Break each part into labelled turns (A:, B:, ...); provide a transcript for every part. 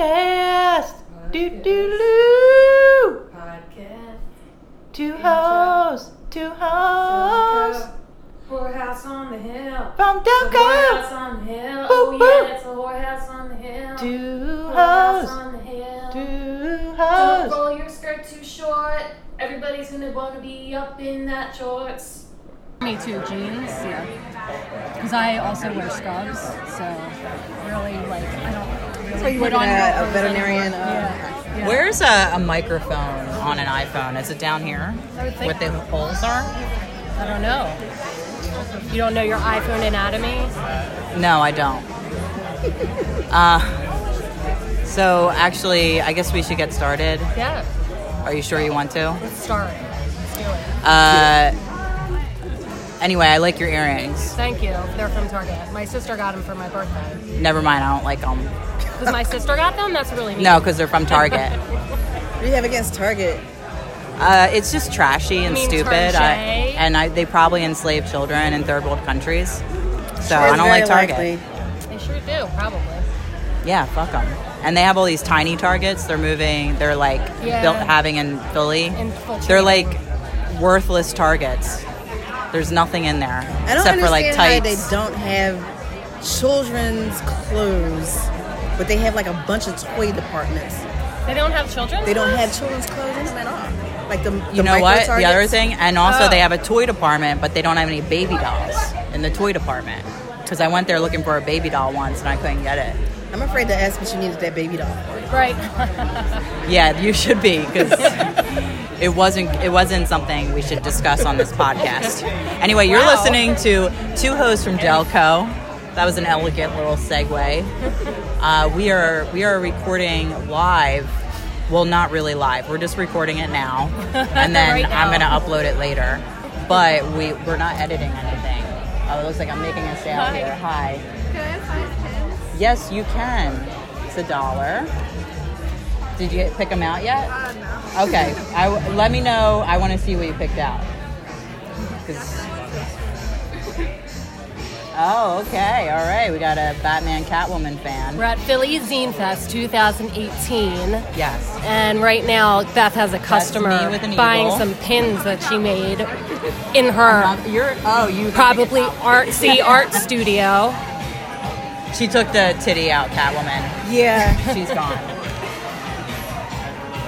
A: podcast. Do
B: Podcast.
A: do loo.
B: Podcast.
A: Two
B: Good job.
A: hoes. Two hoes.
B: Whorehouse on the hill.
A: From
B: It's a Whorehouse
A: Delco.
B: on the hill.
A: Boop,
B: Oh
A: boop.
B: yeah, it's a whorehouse on the hill.
A: Two
B: Whorehouse
A: hoes.
B: on the hill.
A: Two
B: Don't
A: hoes.
B: roll your skirt too short. Everybody's gonna wanna be up in that shorts.
C: Me too, jeans, yeah. Because I also wear scrubs, so really, like, I don't really
D: So you
C: put
D: work
C: on
D: at a
C: clothes
D: veterinarian,
C: anymore.
D: uh,
C: yeah. yeah.
E: Where's a, a microphone on an iPhone? Is it down here? What the holes are?
C: I don't know. You don't know your iPhone anatomy?
E: No, I don't. uh, so actually, I guess we should get started.
C: Yeah.
E: Are you sure you want to?
C: Let's start. Let's do it.
E: Uh, anyway, I like your earrings.
C: Thank you. They're from Target. My sister got them for my birthday.
E: Never mind, I don't like them.
C: Because my sister got them? That's really mean.
E: No, because they're from Target.
D: What do you have against Target?
E: Uh, it's just trashy and
C: mean
E: stupid, I,
C: Target?
E: and I, they probably enslave children in third world countries. So I
D: It's
E: don't
D: very
E: like Target.
D: likely.
C: They sure do, probably.
E: Yeah, fuck them. And they have all these tiny targets. They're moving. They're like
C: Yeah.
E: built having in Philly.
C: In full
E: they're
C: chain.
E: like worthless targets. There's nothing in there
D: I don't
E: except for like
D: understand why
E: tights.
D: they don't have children's clothes, but they have like a bunch of toy departments.
C: They don't have children?
D: They don't have children's clothes in them at all. Like the, the
E: you know what? The other
D: micro-targets.
E: thing, and also
C: Oh.
E: they have a toy department, but they don't have any baby dolls in the toy department. Because I went there looking for a baby doll once and I couldn't get it.
D: I'm afraid to ask what you needed that baby doll for.
C: Right.
E: Yeah, you should be because it wasn't it wasn't something we should discuss on this podcast. Anyway, you're
C: Wow.
E: listening to two hosts from Delco. That was an elegant little segue. Uh, we are we are recording live. Well, not really live. We're just recording it now, and then
C: Right
E: I'm
C: now.
E: gonna upload it later. But we we're not editing anything. Oh, it looks like I'm making a sale
C: Hi.
E: here. Hi. Yes, you can. It's a dollar. Did you pick them out yet? Uh, no. Okay. I w- let me know. I want to see what you picked out. 'Cause- Oh, okay. All right. We got a Batman Catwoman fan.
C: We're at Philly Zine Fest 2018.
E: Yes.
C: And right now, Beth has a
E: me
C: customer
E: with an
C: buying
E: eagle.
C: some pins that she made in her
E: Um, you're. Oh, you
C: probably artsy art studio.
E: She took the titty out, Catwoman.
D: Yeah.
E: She's gone.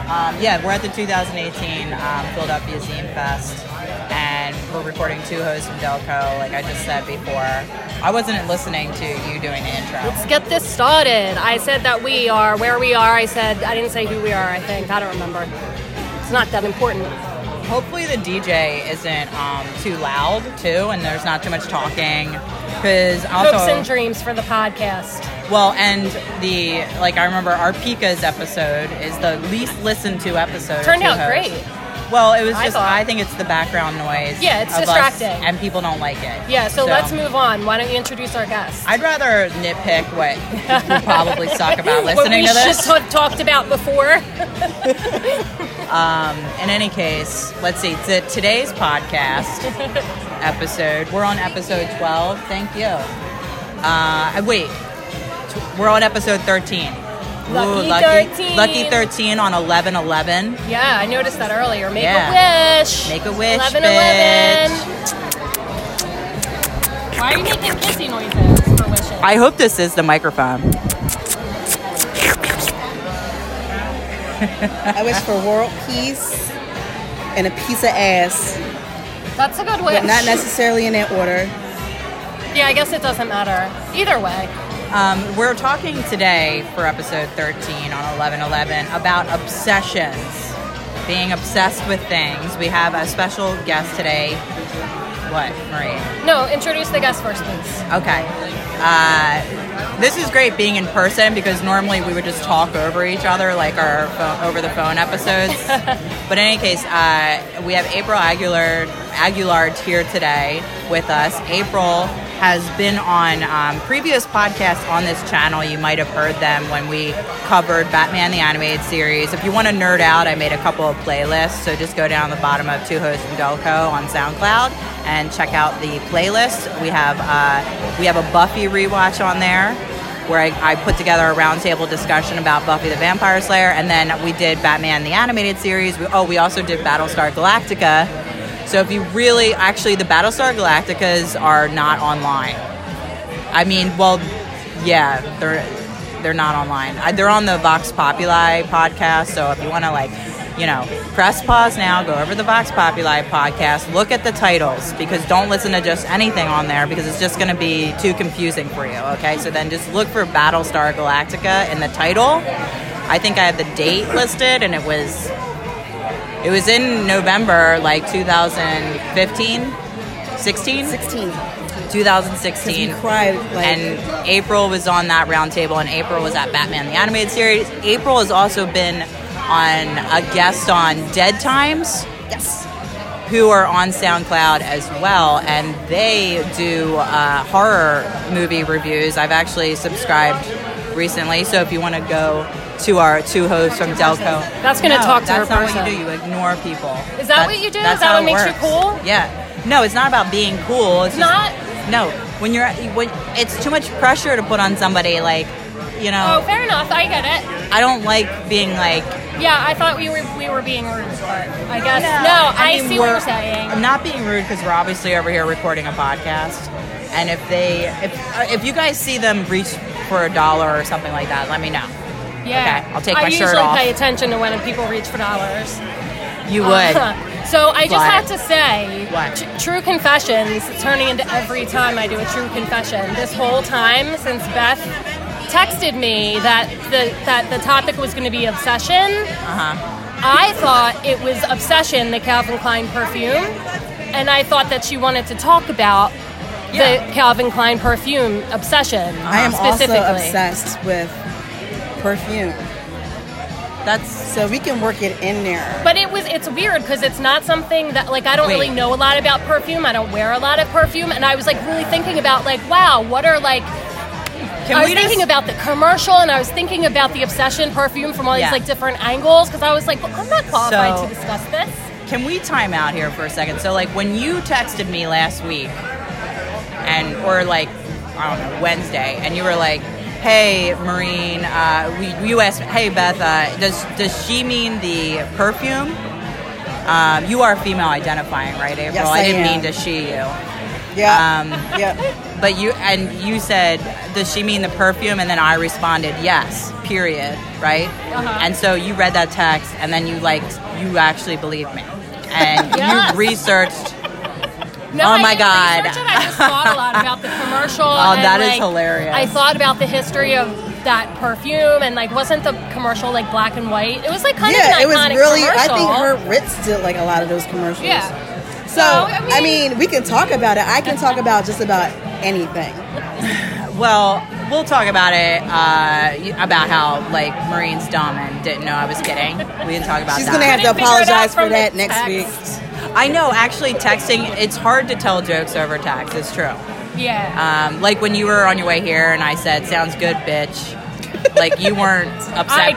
E: Um, yeah, we're at the 2018 um, Philadelphia Zine Fest, and we're recording two hosts from Delco. Like I just said before, I wasn't listening to you doing the intro.
C: Let's get this started. I said that we are where we are. I said, I didn't say who we are, I think. I don't remember. It's not that important.
E: Hopefully the DJ isn't um, too loud too, and there's not too much talking. Because also,
C: Hopes and dreams for the podcast.
E: well, and the like I remember our Pika's episode is the least listened to episode. of
C: Turned
E: Two
C: out
E: Hoes.
C: great.
E: Well, it was
C: I
E: just
C: thought.
E: I think it's the background noise.
C: Yeah, it's
E: of us,
C: distracting.
E: and people don't like it.
C: Yeah, so, let's move on. Why don't you introduce our guest?
E: I'd rather nitpick what people probably suck about
C: what
E: listening
C: we
E: to
C: just
E: this.
C: had talked about before.
E: In any case, let's see. T- today's podcast episode, we're on episode 12. Thank you. Uh, wait, Tw- we're on episode 13.
C: Lucky 13.
E: Lucky 13 on 11 11.
C: Yeah, I noticed that earlier. Make
E: Yeah.
C: a wish.
E: Make a wish.
C: 11
E: bitch.
C: 11. Why are you making kissy noises for wishes?
E: I hope this is the microphone.
D: I wish for world peace and a piece of ass,
C: That's a good wish.
D: but not necessarily in that order.
C: yeah, I guess it doesn't matter. Either way.
E: Um, we're talking today for episode 13 on 1111 about obsessions, being obsessed with things. We have a special guest today. What, Marie?
C: No, introduce the guest first, please.
E: Okay. Uh, this is great being in person because normally we would just talk over each other like our phone, over the phone episodes. but in any case, uh, we have April Aguilar Aguilard here today with us. April has been on um, previous podcasts on this channel. You might have heard them when we covered Batman the Animated Series. If you want to nerd out, I made a couple of playlists. So just go down the bottom of Two Hosts from Delco on SoundCloud and check out the playlist. We have uh, we have a Buffy rewatch on there. where I, I put together a roundtable discussion about Buffy the Vampire Slayer, and then we did Batman the Animated Series. We, oh, we also did Battlestar Galactica. So if you really, actually, the Battlestar Galacticas are not online. I mean, well, yeah, they're they're not online. I, they're on the Vox Populi podcast. So if you want to like, you know, press pause now, go over to the Vox Populi podcast, look at the titles because don't listen to just anything on there because it's just going to be too confusing for you. Okay, so then just look for Battlestar Galactica in the title. I think I had the date listed, and it was it was in November, like 2015, 16,
D: 16.
E: 2016
D: We cried like
E: and April was on that roundtable, and April was at Batman the Animated Series. April has also been on a guest on Dead Times,
D: yes.
E: Uh-huh. who are on SoundCloud as well, and they do uh, horror movie reviews. I've actually subscribed recently, so if you want to go to our two hosts from Delco,
C: That's gonna
E: No,
C: talk to
E: that's
C: her
E: not
C: person.
E: what you do. You ignore people.
C: Is that what you do?
E: That's
C: Is that
E: how
C: what
E: it
C: makes you
E: works.
C: cool?
E: Yeah. No, it's not about being cool. It's just-
C: Not?
E: no, when you're when it's too much pressure to put on somebody. Like, you
C: Oh,
E: know,
C: fair enough. I get it.
E: I don't like being like.
C: Yeah, I thought we were we were being rude, but I guess no. I,
E: mean,
C: see what
E: we're-
C: you're saying.
E: I'm not being rude because we're obviously over here recording a podcast, and if they if uh, if you guys see them reach for a dollar or something like that, let me know.
C: yeah,
E: okay, I'll take
C: I
E: my shirt
C: usually
E: off.
C: pay attention to when people reach for dollars.
E: You would.
C: Uh, so I just
E: But-
C: have to say,
E: What?
C: tr- true confessions turning into every time I do a true confession. This whole time since Beth texted me that the that the topic was going to be obsession,
E: Uh huh.
C: I thought it was obsession, the Calvin Klein perfume, and I thought that she wanted to talk about
E: Yeah.
C: the Calvin Klein perfume obsession.
D: I am also
C: specifically.
D: obsessed with perfume.
E: That's
D: So we can work it in there.
C: But it was it's weird because it's not something that like I don't really
E: Wait.
C: know a lot about perfume. I don't wear a lot of perfume and I was like really thinking about like wow, what are like
E: can
C: I was
E: we just-
C: thinking about the commercial and I was thinking about the obsession perfume from all
E: Yeah.
C: these like different angles because I was like well, I'm not qualified
E: So-
C: to discuss this.
E: Can we time out here for a second? So, like, when you texted me last week, and or like, I don't know, Wednesday, and you were like, "Hey, Marine," uh, we, you asked, "Hey, Beth, uh, does does she mean the perfume?" Um, you are female identifying, right, April?
D: Yes, I
E: didn't
D: am.
E: mean to she you,
D: Yeah.
E: um,
D: yeah.
E: but you and you said, "Does she mean the perfume?" And then I responded, "Yes." Period. Right.
C: Uh-huh.
E: And so you read that text, and then you like you actually believed me, and
C: Yes.
E: you researched.
C: No,
E: Oh
C: I
E: my
C: didn't
E: God.
C: research it. I just thought a lot about the commercial.
E: Oh,
C: and,
E: that is
C: like,
E: hilarious.
C: I thought about the history of that perfume and like wasn't the commercial like black and white? It was like kind
D: Yeah,
C: of
D: it
C: an
D: was
C: iconic
D: really
C: commercial.
D: I think her Ritz did like a lot of those commercials.
C: yeah.
D: So I mean, we can talk about it. I can talk about just about anything.
E: Well, we'll talk about it uh, about how like Marines dumb and didn't know I was kidding. We didn't talk about
D: She's
E: that.
D: gonna have to
C: Couldn't figure it out
D: apologize for
C: from
D: that
C: the
D: next
C: text.
D: week.
E: I know. Actually, texting it's hard to tell jokes over text. It's true.
C: Yeah.
E: Um, like when you were on your way here, and I said, "Sounds good, bitch." Like you weren't upset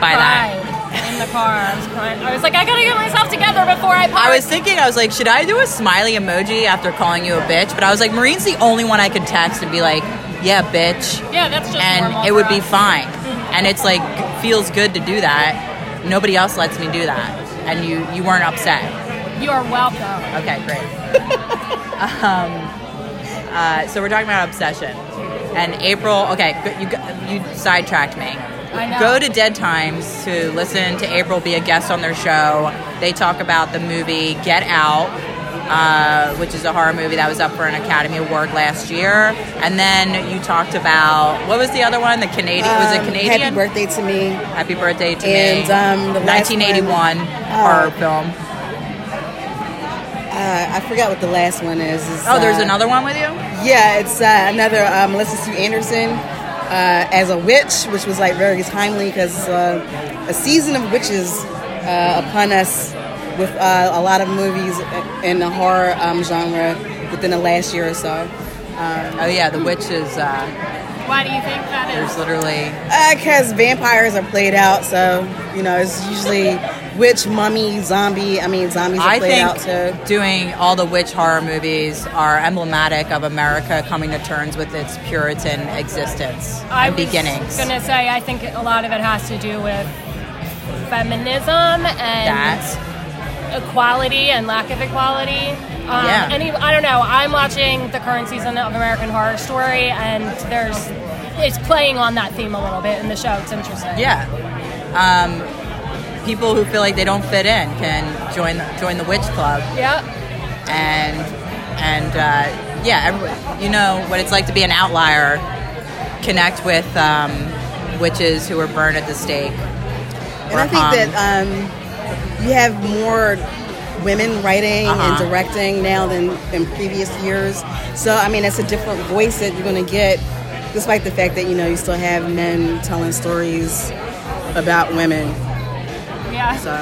C: I
E: by that.
C: cried in the car. I was crying. I was like, I gotta get myself together before I. Park.
E: I was thinking, I was like, should I do a smiley emoji after calling you a bitch? But I was like, Marine's the only one I could text and be like, yeah, bitch.
C: Yeah, that's just normal
E: and it
C: for
E: would be
C: us.
E: fine. And it's like, feels good to do that. Nobody else lets me do that. And you, you weren't upset.
C: You are welcome.
E: Okay, great. um, uh, so we're talking about obsession. And April, okay, go- you, go- you sidetracked me.
C: I know.
E: Go to Dead Times to listen to April be a guest on their show. They talk about the movie Get Out, uh, which is a horror movie that was up for an Academy Award last year. And then you talked about what was the other one? The Canadian was it
D: Um,
E: Canadian?
D: Happy birthday to me.
E: Happy birthday to
D: And,
E: me.
D: um, the last
E: 1981
D: one, uh,
E: horror film.
D: Uh, I forgot what the last one is. It's,
E: Oh, there's
D: uh,
E: another one with you.
D: Yeah, it's uh, another uh, Melissa Sue Anderson uh, as a witch, which was like very timely because uh, a season of witches uh, upon us with uh, a lot of movies in the horror um, genre within the last year or so.
E: Oh yeah, the witch is. Uh,
C: Why do you think that is?
E: there's literally
D: Because vampires are played out, so you know it's usually witch, mummy, zombie. I mean, zombies are
E: I
D: played out too.
E: think doing all the witch horror movies are emblematic of America coming to terms with its Puritan existence
C: I
E: and
C: was
E: beginnings.
C: gonna say I think a lot of it has to do with feminism and
E: That.
C: equality and lack of equality. Um,
E: Yeah.
C: Any, I don't know. I'm watching the current season of American Horror Story, and there's it's playing on that theme a little bit in the show. It's interesting.
E: Yeah. Um, people who feel like they don't fit in can join join the witch club
C: Yep.
E: and and uh, yeah, every, you know what it's like to be an outlier. Connect with um, witches who were burned at the stake.
D: And I think
E: Uh-huh.
D: that um, you have more women writing and
E: Uh-huh.
D: directing now than in previous years. So I mean, it's a different voice that you're going to get, despite the fact that you know you still have men telling stories about women.
C: Yeah.
D: So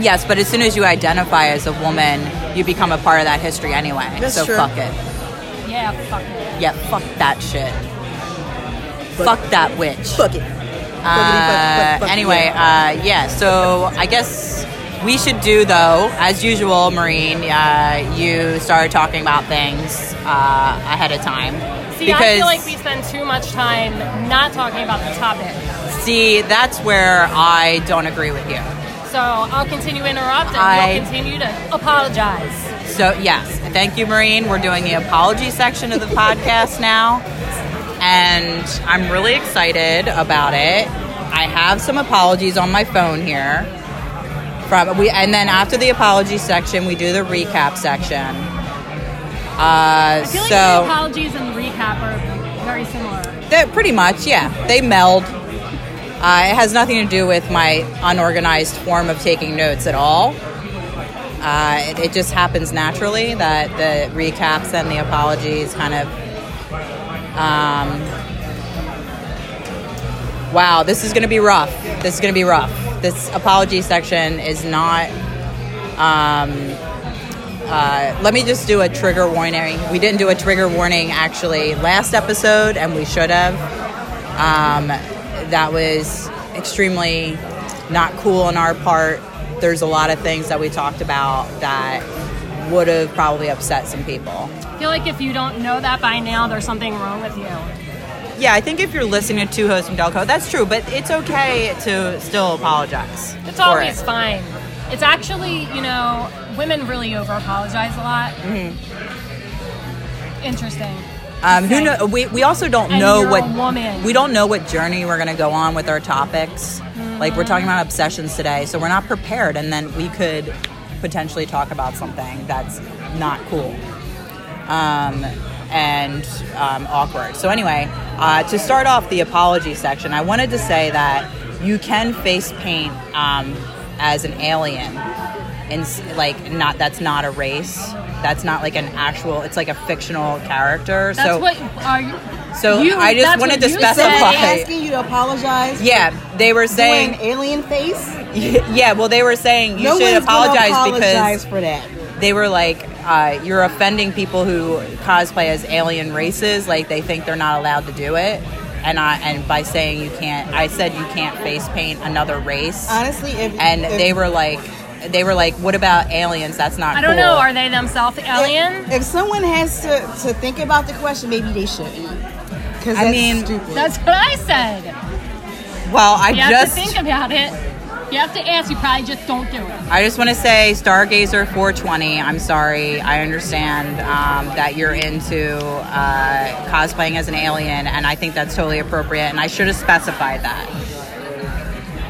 E: Yes, but as soon as you identify as a woman, you become a part of that history anyway.
D: That's
E: so
D: true.
E: fuck it.
C: Yeah. Fuck. it.
E: Yeah, fuck that shit.
D: Fuck-
E: fuck that witch.
D: fuck it.
E: Uh,
D: Fuckity fuck- fuck- fuck
E: anyway,
D: yeah.
E: uh, yeah. So I guess we should do though, as usual, Maureen. Uh, you started talking about things uh, ahead of time.
C: See, I feel like we spend too much time not talking about the topic.
E: see that's where I don't agree with you.
C: So I'll continue to interrupt, and
E: I-
C: you'll continue to apologize.
E: So yes, thank you, Maureen. We're doing the apology section of the podcast now, and I'm really excited about it. I have some apologies on my phone here. From we, and then after the apology section, we do the recap section.
C: I
E: Uh,
C: feel like the
E: so
C: apologies and the recap are very similar.
E: that pretty much, yeah, they meld. Uh, it has nothing to do with my unorganized form of taking notes at all. Uh, it, it just happens naturally that the recaps and the apologies kind of. Um, wow, this is going to be rough. This is going to be rough. This apology section is not. Um, uh, let me just do a trigger warning. We didn't do a trigger warning actually last episode, and we should have. Um, that was extremely not cool on our part. There's a lot of things that we talked about that would have probably upset some people.
C: I feel like if you don't know that by now, there's something wrong with you.
E: Yeah, I think if you're listening to Two Hosts from Delco, that's true, but it's okay to still apologize.
C: It's
E: for
C: always
E: it.
C: fine. It's actually, you know, women really over apologize a lot.
E: Mm-hmm.
C: Interesting.
E: Um, who know? We, we also don't
C: And
E: know
C: you're
E: what
C: a woman.
E: we don't know what journey we're gonna go on with our topics. Like we're talking
C: Mm.
E: about obsessions today, so we're not prepared, and then we could potentially talk about something that's not cool um, and um, awkward. So anyway, uh, to start off the apology section, I wanted to say that you can face paint um, as an alien, and s- like not that's not a race. That's not like an actual. It's like a fictional character.
C: That's
E: so
C: what are you?
E: so
C: you-
E: I just
C: that's
E: wanted
C: what
E: to
C: you
E: specify.
C: said.
D: asking you to apologize.
E: Yeah, they were
D: for doing
E: saying.
D: alien face.
E: Yeah, well, they were saying you
D: no
E: should
D: one's gonna
E: apologize,
D: apologize
E: because
D: for that.
E: they were like, uh, you're offending people who cosplay as alien races. Like they think they're not allowed to do it, and I and by saying you can't, I said you can't face paint another race,
D: Honestly, if,
E: and
D: if,
E: they were like, they were like, what about aliens? That's not.
C: I don't
E: cool.
C: know. Are they themselves alien?
D: If, if someone has to, to think about the question, maybe they shouldn't. Because
E: I mean,
D: stupid.
C: That's what I said.
E: well, I
C: You have
E: just
C: to think about it. You have to ask. You probably just don't do it.
E: I just want to say, Stargazer 420. I'm sorry. I understand um, that you're into uh, cosplaying as an alien, and I think that's totally appropriate. And I should have specified that.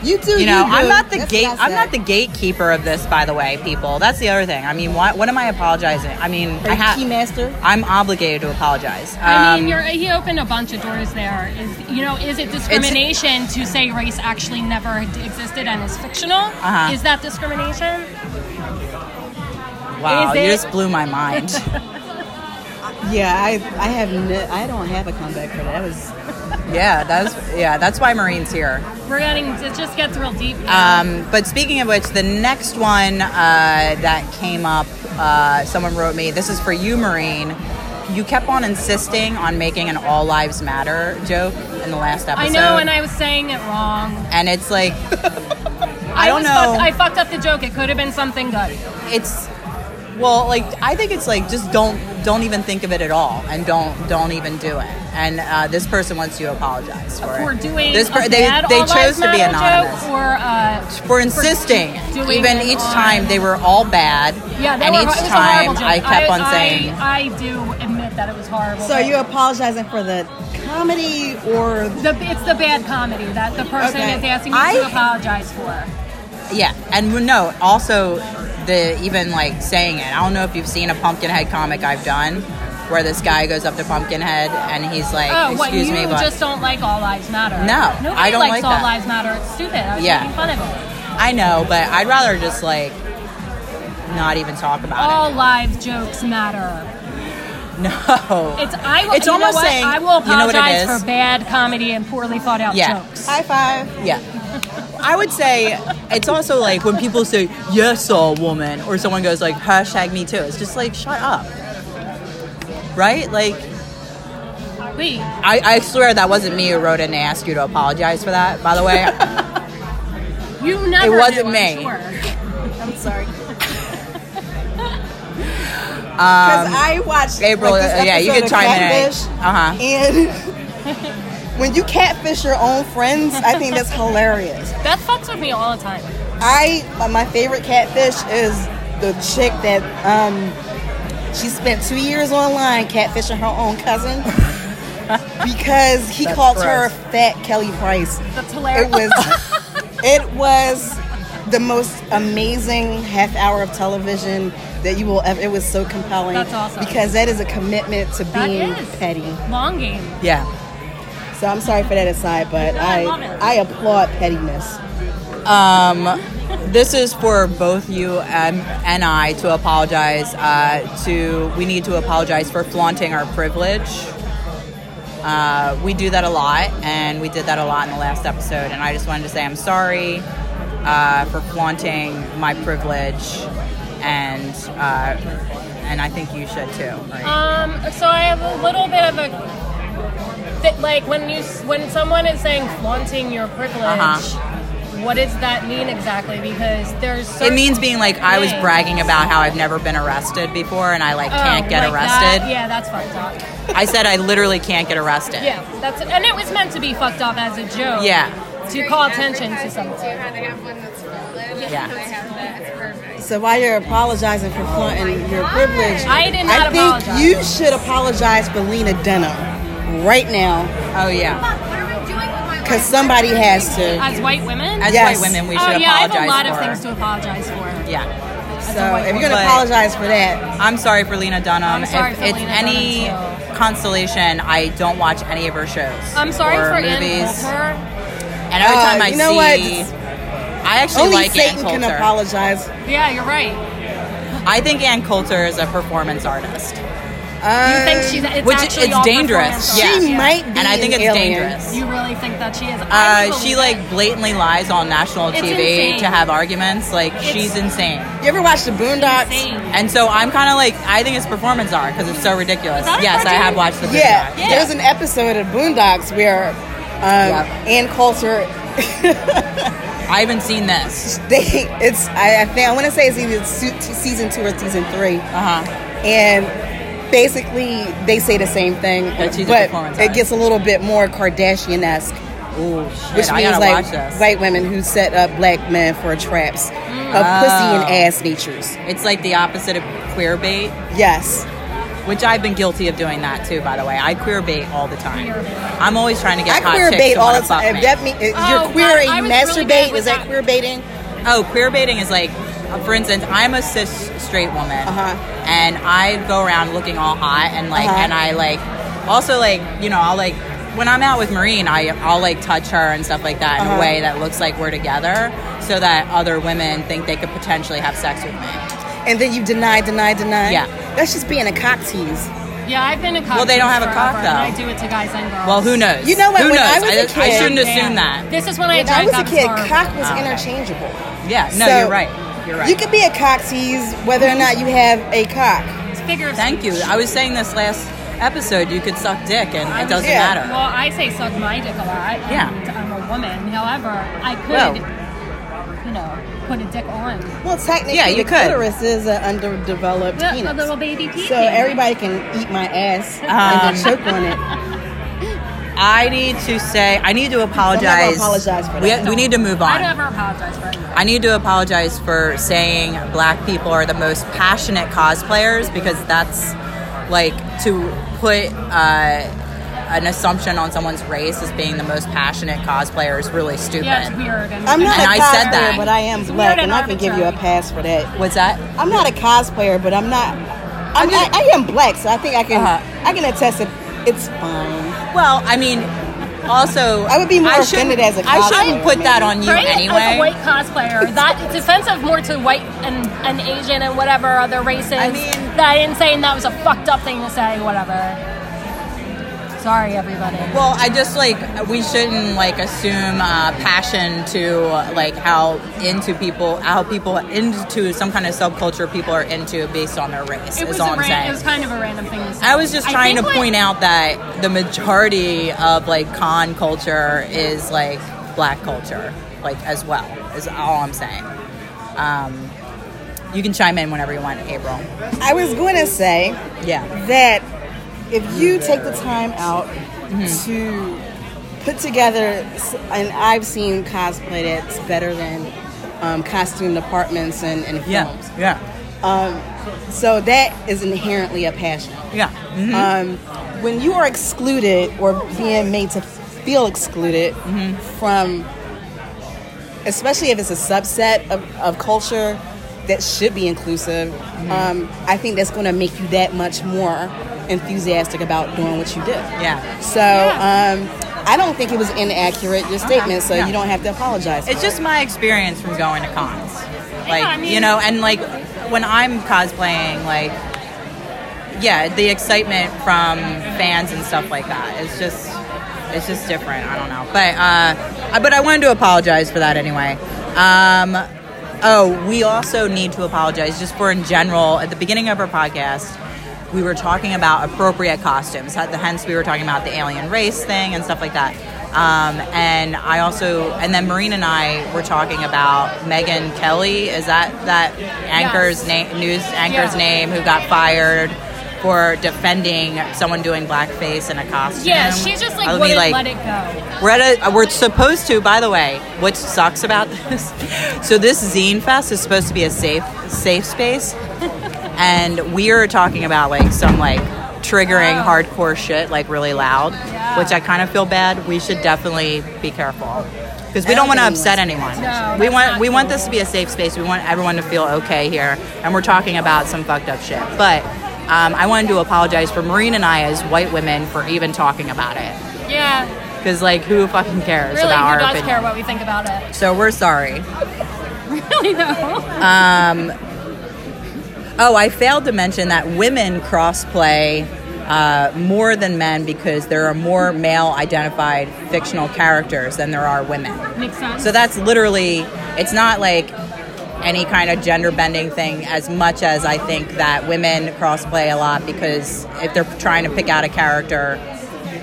D: you do.
E: You know,
D: do.
E: I'm not the
D: That's
E: gate.
D: what I
E: I'm not the
D: said.
E: gatekeeper of this, by the way, people. That's the other thing. I mean, what, what am I apologizing? I mean, I
D: Or
E: have.
D: keymaster.
E: I'm obligated to apologize.
C: I
E: Um,
C: mean, you're, he opened a bunch of doors there. Is you know, is it discrimination to say race actually never existed and is fictional?
E: Uh-huh.
C: Is that discrimination?
E: wow,
C: is
E: you
C: it-
E: just blew my mind.
D: Yeah, I I have no, I don't have a comeback for that. That was
E: yeah, that's yeah, that's why Marines here.
C: We're getting it just gets real deep.
E: Um, but speaking of which, the next one uh, that came up, uh, someone wrote me, this is for you, Marine. You kept on insisting on making an All Lives Matter joke in the last episode.
C: I know, and I was saying it wrong.
E: And it's like, I don't
C: was
E: know.
C: Fucked, I fucked up the joke. It could have been something good.
E: it's well like i think it's like just don't don't even think of it at all and don't don't even do it and uh, this person wants you to apologize for,
C: For
E: it.
C: doing
E: this per-
C: a
E: they,
C: bad
E: they
C: All Lives
E: chose to be
C: Matter
E: anonymous
C: joke or uh,
E: for insisting
C: doing
E: even
C: it
E: each
C: on-
E: time they were all bad
C: yeah, that
E: and
C: were,
E: each
C: it was a
E: time
C: horrible joke.
E: i kept on
C: I,
E: saying
C: I, I do admit that it was horrible.
D: So
C: but
D: you're apologizing for the comedy or
C: the, it's the bad comedy that the person
D: Okay.
C: is asking me
E: I-
C: to apologize for.
E: yeah and w- no also the even like saying it i don't know if you've seen a pumpkinhead comic i've done where this guy goes up to pumpkinhead and he's like
C: Oh, what
E: excuse
C: you
E: me but
C: just don't like All Lives Matter?
E: No,
C: nobody
E: I don't
C: likes
E: like
C: All
E: that.
C: Lives Matter. It's stupid. I was
E: Yeah.
C: making fun of it.
E: I know, but I'd rather just like not even talk about
C: All lives jokes matter.
E: it. No.
C: Oh. It's I. Will,
E: It's
C: you know
E: almost
C: what?
E: saying-
C: I will
E: you know what it
C: apologize
E: is?
C: for bad comedy and poorly thought out
E: Yeah.
C: jokes.
D: high five?
E: yeah. I would say it's also like when people say yes all woman or someone goes like hashtag me too. It's just like shut up. Right? Like
C: Wait,
E: I, I swear that wasn't me who wrote it and I asked you to apologize for that, by the way.
C: you never.
E: wasn't
C: knew, I'm
E: me.
C: sure.
D: I'm sorry. Because I watched
E: Um, April,
D: like, this
E: uh, yeah, you
D: episode
E: can chime
D: of
E: in.
D: Catfish,
E: Uh-huh.
D: And when you catfish your own friends, I think that's hilarious.
C: Beth fucks with me all the time.
D: I uh, my favorite catfish is the chick that um she spent two years online catfishing her own cousin because he
E: That's
D: called
E: gross.
D: her fat Kelly Price.
C: That's
D: It
C: hilarious.
D: was it was the most amazing half hour of television that you will ever it was so compelling.
C: That's awesome.
D: Because that is a commitment to
C: That
D: being
C: is.
D: petty.
C: long game.
E: yeah.
D: So I'm sorry for that aside, but
C: No, I
D: I
C: love it.
D: I, applaud pettiness.
E: Um, this is for both you and, and I to apologize. Uh, to we need to apologize for flaunting our privilege. Uh, we do that a lot, and we did that a lot in the last episode. And I just wanted to say I'm sorry uh, for flaunting my privilege, and uh, and I think you should too. Right?
C: Um, so I have a little bit of a that, like when you s- when someone is saying flaunting your privilege, what does that mean exactly? Because there's
E: Uh-huh. It
C: certain-
E: means being like I was
C: things-
E: bragging about how I've never been arrested before, and I like
C: Oh,
E: can't get
C: like
E: arrested.
C: That, yeah, that's fucked up.
E: I said I literally can't get arrested.
C: Yeah, that's it. and it was meant to be fucked up as a joke.
E: Yeah.
C: to call attention to
F: Do
C: something.
F: you have to have one that's folded?
E: Yeah.
F: And I have that. It's perfect.
D: So while you're apologizing for flaunting your privilege,
C: I did not
D: I think
C: apologize.
D: you should apologize for Lena Dunham right now
E: Oh yeah.
F: Fuck, what are we doing with my
D: because somebody has to.
C: as white women.
E: As
D: Yes.
E: white women, we
C: oh
E: should
C: yeah, I
E: apologize
C: have a lot
E: for.
C: of things to apologize for.
E: yeah,
D: So if you're
E: But-
D: gonna apologize for that,
E: I'm sorry for Lena Dunham.
C: I'm sorry
E: if
C: for
E: it's
C: Lena
E: any
C: Dunham, too.
E: consolation, I don't watch any of her shows.
C: I'm sorry
E: or
C: for Ann
E: movies.
C: Coulter.
E: And every
D: Uh,
E: time I
D: you know what?
E: see, I actually
D: only
E: like
D: Satan
E: Ann
D: can
E: Coulter.
D: apologize.
C: Yeah, you're right.
E: I think Ann Coulter is a performance artist,
C: You
D: Uh,
C: think she's it's
E: which
C: actually
E: it's
C: all
E: dangerous.
C: performance
E: Yeah.
C: art.
D: She might be
E: and I think
D: an
E: it's
D: alien.
E: dangerous.
C: You really think that she is? I
E: Uh,
C: believe
E: she
C: it.
E: like blatantly lies on national
C: It's
E: TV
C: insane.
E: to have arguments. Like
C: It's-
E: she's insane.
D: You ever watch the Boondocks?
C: Insane.
E: And so I'm kind of like, I think it's performance art because it's so ridiculous.
C: that a
E: Yes, I
C: cartoon?
E: have watched the video.
D: Yeah,
C: Yeah.
D: there's an episode of Boondocks where um,
E: Yep.
D: Ann Coulter
E: I haven't seen this.
D: they it's I, I think I want to say it's either su- season two or season three,
E: Uh huh.
D: and basically they say the same thing,
E: That she's a performance
D: but it
E: artist.
D: gets a little bit more Kardashian esque,
E: Ooh, shit,
D: which
E: I
D: means
E: gotta
D: like
E: watch this.
D: white women who set up black men for traps of
E: Oh.
D: pussy and ass natures.
E: It's like the opposite of queer bait,
D: Yes,
E: which I've been guilty of doing that too. By the way, I queer bait all the time.
C: Queer bait.
E: I'm always trying to get
D: I
E: hot
D: queer
E: chicks
D: bait
E: to
D: all
E: wanna
D: the
E: fuck
D: time.
E: me.
D: That mean if
C: Oh,
D: you're
C: God,
D: queer and
C: I
D: you
C: was really
D: masturbate.
C: bad with
D: is that
C: that.
D: queer baiting?
E: Oh, queer baiting is like, for instance, I'm a cis straight woman,
D: Uh-huh.
E: and I go around looking all hot, and like,
D: Uh-huh.
E: and I like, also like, you know, I'll like, when I'm out with Marine, I, I'll like touch her and stuff like that in a
D: Uh-huh.
E: way that looks like we're together, so that other women think they could potentially have sex with me.
D: And then you deny, deny, deny.
E: Yeah.
D: that's just being a cock tease.
C: Yeah, I've been a cock.
E: Well, they don't have a
C: tease
E: cock,
C: forever, and
E: though.
C: I do it to guys and girls.
E: Well, who knows?
D: You know what,
E: Who
D: when I
E: knows?
D: was
E: I,
D: a
E: I
D: kid-
E: shouldn't assume
C: Yeah.
E: that.
C: This is when I
D: When I
C: drank
D: was a
C: up
D: kid,
C: hard.
D: cock was
E: Oh, okay.
D: interchangeable.
E: Yeah, no,
D: So,
E: you're right. You're right.
D: You could be a cock tease whether or not you have a cock.
C: Figure of
E: Thank you.
C: speech.
E: I was saying this last episode. You could suck dick, and
C: I'm-
E: it doesn't
D: Yeah.
E: matter.
C: Well, I say suck my dick a lot.
E: Yeah.
C: And I'm a woman. However, I could
E: Well.
C: you know, put a dick on.
D: Well, technically,
E: Yeah, you
D: the
E: could.
D: clitoris is an underdeveloped
C: Yeah,
D: penis.
C: a little baby penis.
D: So everybody can eat my ass and
E: Um,
D: then choke on it.
E: I need to say I need to apologize.
D: apologize for
E: We,
D: that.
E: we need to move on.
C: I never apologize for anything.
E: I need to apologize for saying black people are the most passionate cosplayers because that's like to put uh, an assumption on someone's race as being the most passionate cosplayer is really stupid.
C: Yeah, it's weird. And,
D: I'm not
E: And
D: a
E: I
D: cosplayer,
E: said that.
D: but I am
C: It's
D: black,
C: weird and
D: and I can give you a
C: arbitrary.
D: pass for that.
E: What's that?
D: I'm not a cosplayer, but I'm not. I'm, I, I am black, so I think I can.
E: Uh-huh.
D: I can attest that it's fine.
E: Well, I mean, also
D: I would be more
E: I shouldn't-
D: offended as a
E: I shouldn't
D: cosplayer,
E: put that on
D: maybe.
E: you
C: Right? As a
E: anyway.
C: white cosplayer, that it's offensive more to white and, and Asian and whatever other races.
E: I mean-
C: that and saying that was a fucked up thing to say. Whatever. Sorry, everybody.
E: Well, I just like we shouldn't like assume uh, passion to like how into people how people into some kind of subculture people are into based on their race.
C: it
E: is
C: was
E: all
C: a
E: I'm
C: ran-
E: saying.
C: It was kind of a random thing to say.
E: I was just
C: I
E: trying to
C: think, like-
E: point out that the majority of like con culture is like black culture, like as well is all I'm saying. Um, you can chime in whenever you want, April.
D: I was going to say
E: Yeah,
D: that if you take the time out to put together, s- and I've seen cosplay that's better than um, costume departments and, and films.
E: yeah,
D: So that is inherently a passion.
E: yeah. Mhm.
D: Um, when you are excluded or being made to feel excluded from, especially if it's a subset of, of culture that should be inclusive, um, I think that's going to make you that much more enthusiastic about doing what you do.
E: Yeah.
D: So um, I don't think it was inaccurate, your statement, so
E: yeah.
D: you don't have to apologize.
E: It's just my experience from going to cons. Like,
C: I mean-
E: you know, and like when I'm cosplaying, like, yeah, the excitement from fans and stuff like that. It's just, it's just different. I don't know, but uh, I- but I wanted to apologize for that anyway. Um, oh, we also need to apologize just for in general. At the beginning of our podcast, we were talking about appropriate costumes. Hence, we were talking about the alien race thing and stuff like that. Um, and I also, and then Maureen and I were talking about Megan Kelly. Is that that anchor's name, news anchor's
C: Yeah.
E: name, who got fired for defending someone doing blackface in a costume?
C: yeah, she's just like
E: I mean,
C: wouldn't let it go.
E: we're at a, uh, we're supposed to. By the way, what sucks about this? So this Zine Fest is supposed to be a safe safe space, and we are talking about like some like triggering hardcore shit, like really loud, which I kind of feel bad. We should definitely be careful because we don't want to upset anyone.
C: No,
E: we
C: that's
E: want
C: not
E: we want this to be a safe space. We want everyone to feel okay here, and we're talking about some fucked up shit, but. Um, I wanted to apologize for Maureen and I as white women for even talking about it.
C: Yeah,
E: Because like, who fucking cares
C: really, who
E: about our
C: does
E: opinion?
C: care what we think about it?
E: So we're sorry. Um,
C: Really though.
E: Oh, I failed to mention that women crossplay uh, more than men because there are more male-identified fictional characters than there are women.
C: Makes sense.
E: So that's literally, it's not like any kind of gender bending thing as much as I think that women crossplay a lot because if they're trying to pick out a character,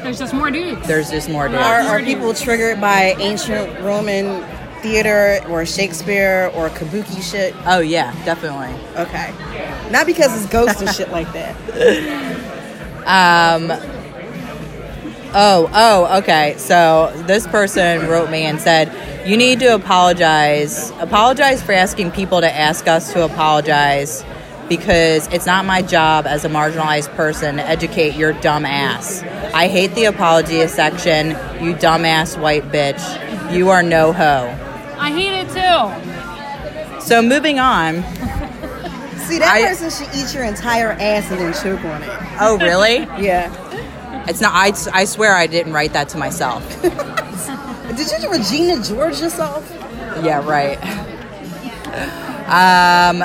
C: There's just more dudes.
E: there's just more to
D: Are,
E: it.
D: are people triggered by ancient Roman theater or Shakespeare or kabuki shit?
E: Oh yeah, definitely.
D: Okay. Not because it's ghosts and shit like that.
E: Oh, oh, okay. So this person wrote me and said, "You need to apologize. Apologize for asking people to ask us to apologize because it's not my job as a marginalized person to educate your dumb ass. I hate the apology section. You dumbass white bitch. You are no hoe."
C: I hate it too.
E: So moving on.
D: See, that
E: I-
D: person should eat your entire ass and then choke on it.
E: Oh, really?
D: Yeah.
E: It's not. I, I swear I didn't write that to myself.
D: Did you Regina George yourself?
E: Yeah, right. Um,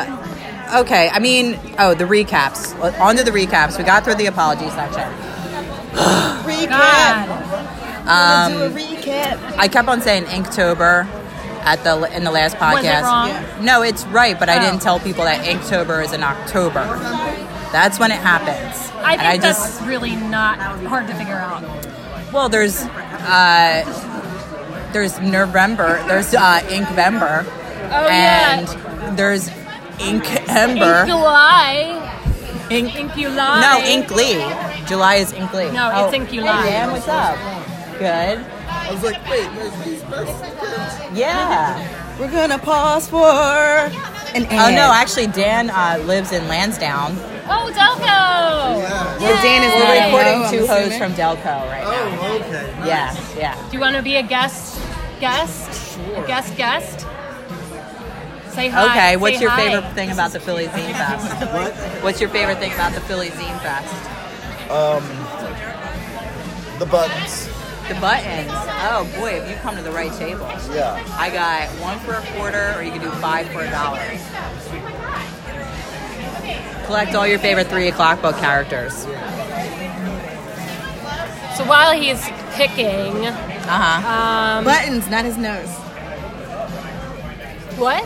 E: okay, I mean, oh, the recaps. On to the recaps. We got through the apology section.
D: Recap.
C: God.
D: Um, do a recap.
E: I kept on saying Inktober at the in the last podcast.
C: Was it wrong?
D: Yeah.
E: No, it's right, but I
C: Oh.
E: didn't tell people that Inktober is in October. That's when it happens.
C: I
E: and
C: think
E: I
C: that's
E: just
C: really not hard to figure out.
E: well, there's uh, there's November, there's uh, Inkvember,
C: Oh, yeah.
E: and there's Ink Ember.
C: July.
E: Ink,
C: Ink July.
E: no, Ink Oh. Lee. July is Ink Lee.
C: No, it's Ink July.
E: Hey, Dan, what's up? Good.
G: I was like, wait, there's these Mexicans.
E: Yeah.
D: We're gonna pause for an ad.
E: Oh no, actually, Dan uh, lives in Lansdowne.
C: Oh, Delco.
G: Yeah.
D: Well, Dan is
E: We're
D: not
C: Oh,
E: recording
D: though, I'm
E: two hoes
D: assuming.
E: from Delco right now.
G: Oh, okay. nice.
E: Yeah, yeah.
C: Do you want to be a guest? Guest? A guest guest? Say hi.
E: Okay, what's
C: Say
E: your
C: hi.
E: favorite thing about the Philly Zine Fest?
G: What?
E: What's your favorite thing about the Philly Zine Fest?
G: The buttons.
E: The buttons. Oh boy, have you come to the right table.
G: Yeah.
E: I got one for a quarter, or you can do five for a dollar. Collect all your favorite three o'clock book characters.
C: So while he's picking,
E: Uh huh.
D: buttons, not his nose.
C: what?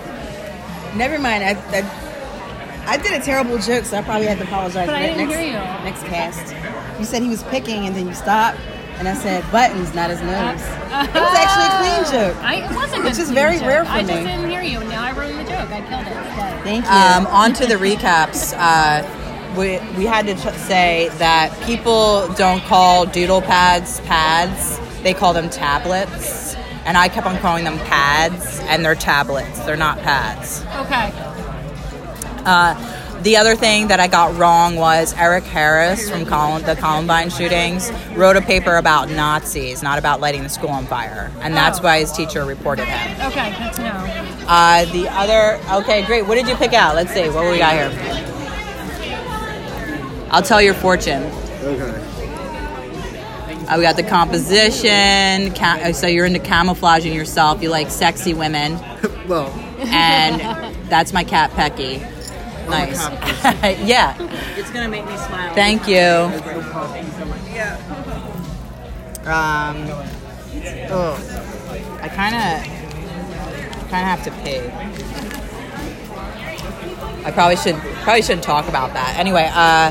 D: Never mind. I, I, I did a terrible joke, so I probably have to apologize.
C: But I
D: Ne-
C: didn't
D: next,
C: hear you.
D: Next cast, you said he was picking, and then you stopped, and I said buttons, not his nose. It was actually a clean joke.
C: I, it wasn't.
D: Which
C: a
D: is
C: clean
D: very
C: joke.
D: rare for
C: I
D: me.
C: just didn't hear you. Now I ruined the joke. I killed it. But
D: Thank you.
E: Um, on to the recaps. Uh, we, we had to t- say that people don't call doodle pads pads, they call them tablets. And I kept on calling them pads, and they're tablets, they're not pads.
C: okay.
E: Uh, the other thing that I got wrong was Eric Harris from Col- the Columbine shootings wrote a paper about Nazis, not about lighting the school on fire, and that's why his teacher reported him.
C: Okay. That's no.
E: Uh, the other, okay, great. What did you pick out? Let's see. What we got here? I'll tell your fortune.
G: Okay.
E: Uh, we got the composition. Ca- uh, so you're into camouflaging yourself. You like sexy women,
G: Well,
E: and that's my cat Pecky. Nice. yeah.
H: It's gonna make me smile.
E: Thank you. Um,
H: Oh.
E: I kind of, kind of have to pee. I probably should, probably shouldn't talk about that. Anyway, uh,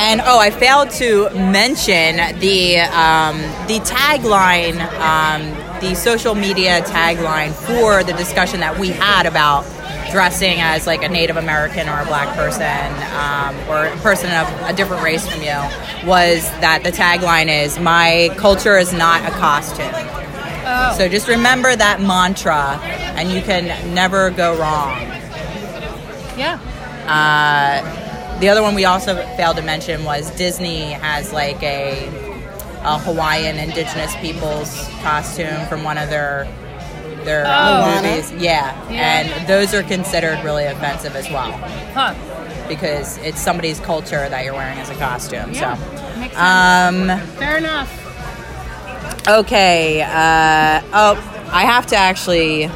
E: and oh, I failed to mention the um, the tagline, um, the social media tagline for the discussion that we had about dressing as like a Native American or a black person um, or a person of a different race from you was that the tagline is "My culture is not a costume." So just remember that mantra, and you can never go wrong.
C: Yeah.
E: The other one we also failed to mention was Disney has like a, a Hawaiian indigenous people's costume from one of their their
C: Oh.
E: movies. Yeah.
C: Yeah.
E: and those are considered really offensive as well
C: Huh.
E: because it's somebody's culture that you're wearing as a costume.
C: Yeah. Makes
E: So,
C: sense. Fair enough.
E: um, okay. Uh, oh, I have to actually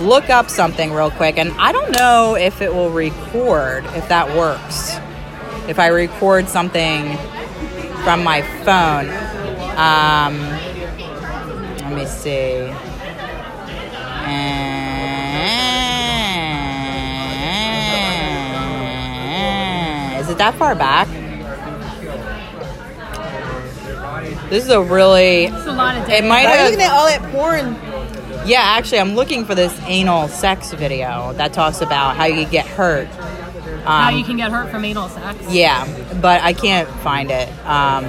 E: look up something real quick, and I don't know if it will record if that works. If I record something from my phone. Um, let me see. And- Is it that far back? This is a really.
C: It's a lot of
E: It
C: data.
E: might
D: Why are you
E: have.
D: looking at all that porn?
E: Yeah, actually, I'm looking for this anal sex video that talks about how you get hurt.
C: How
E: Um,
C: you can get hurt from anal sex.
E: yeah, but I can't find it. Um,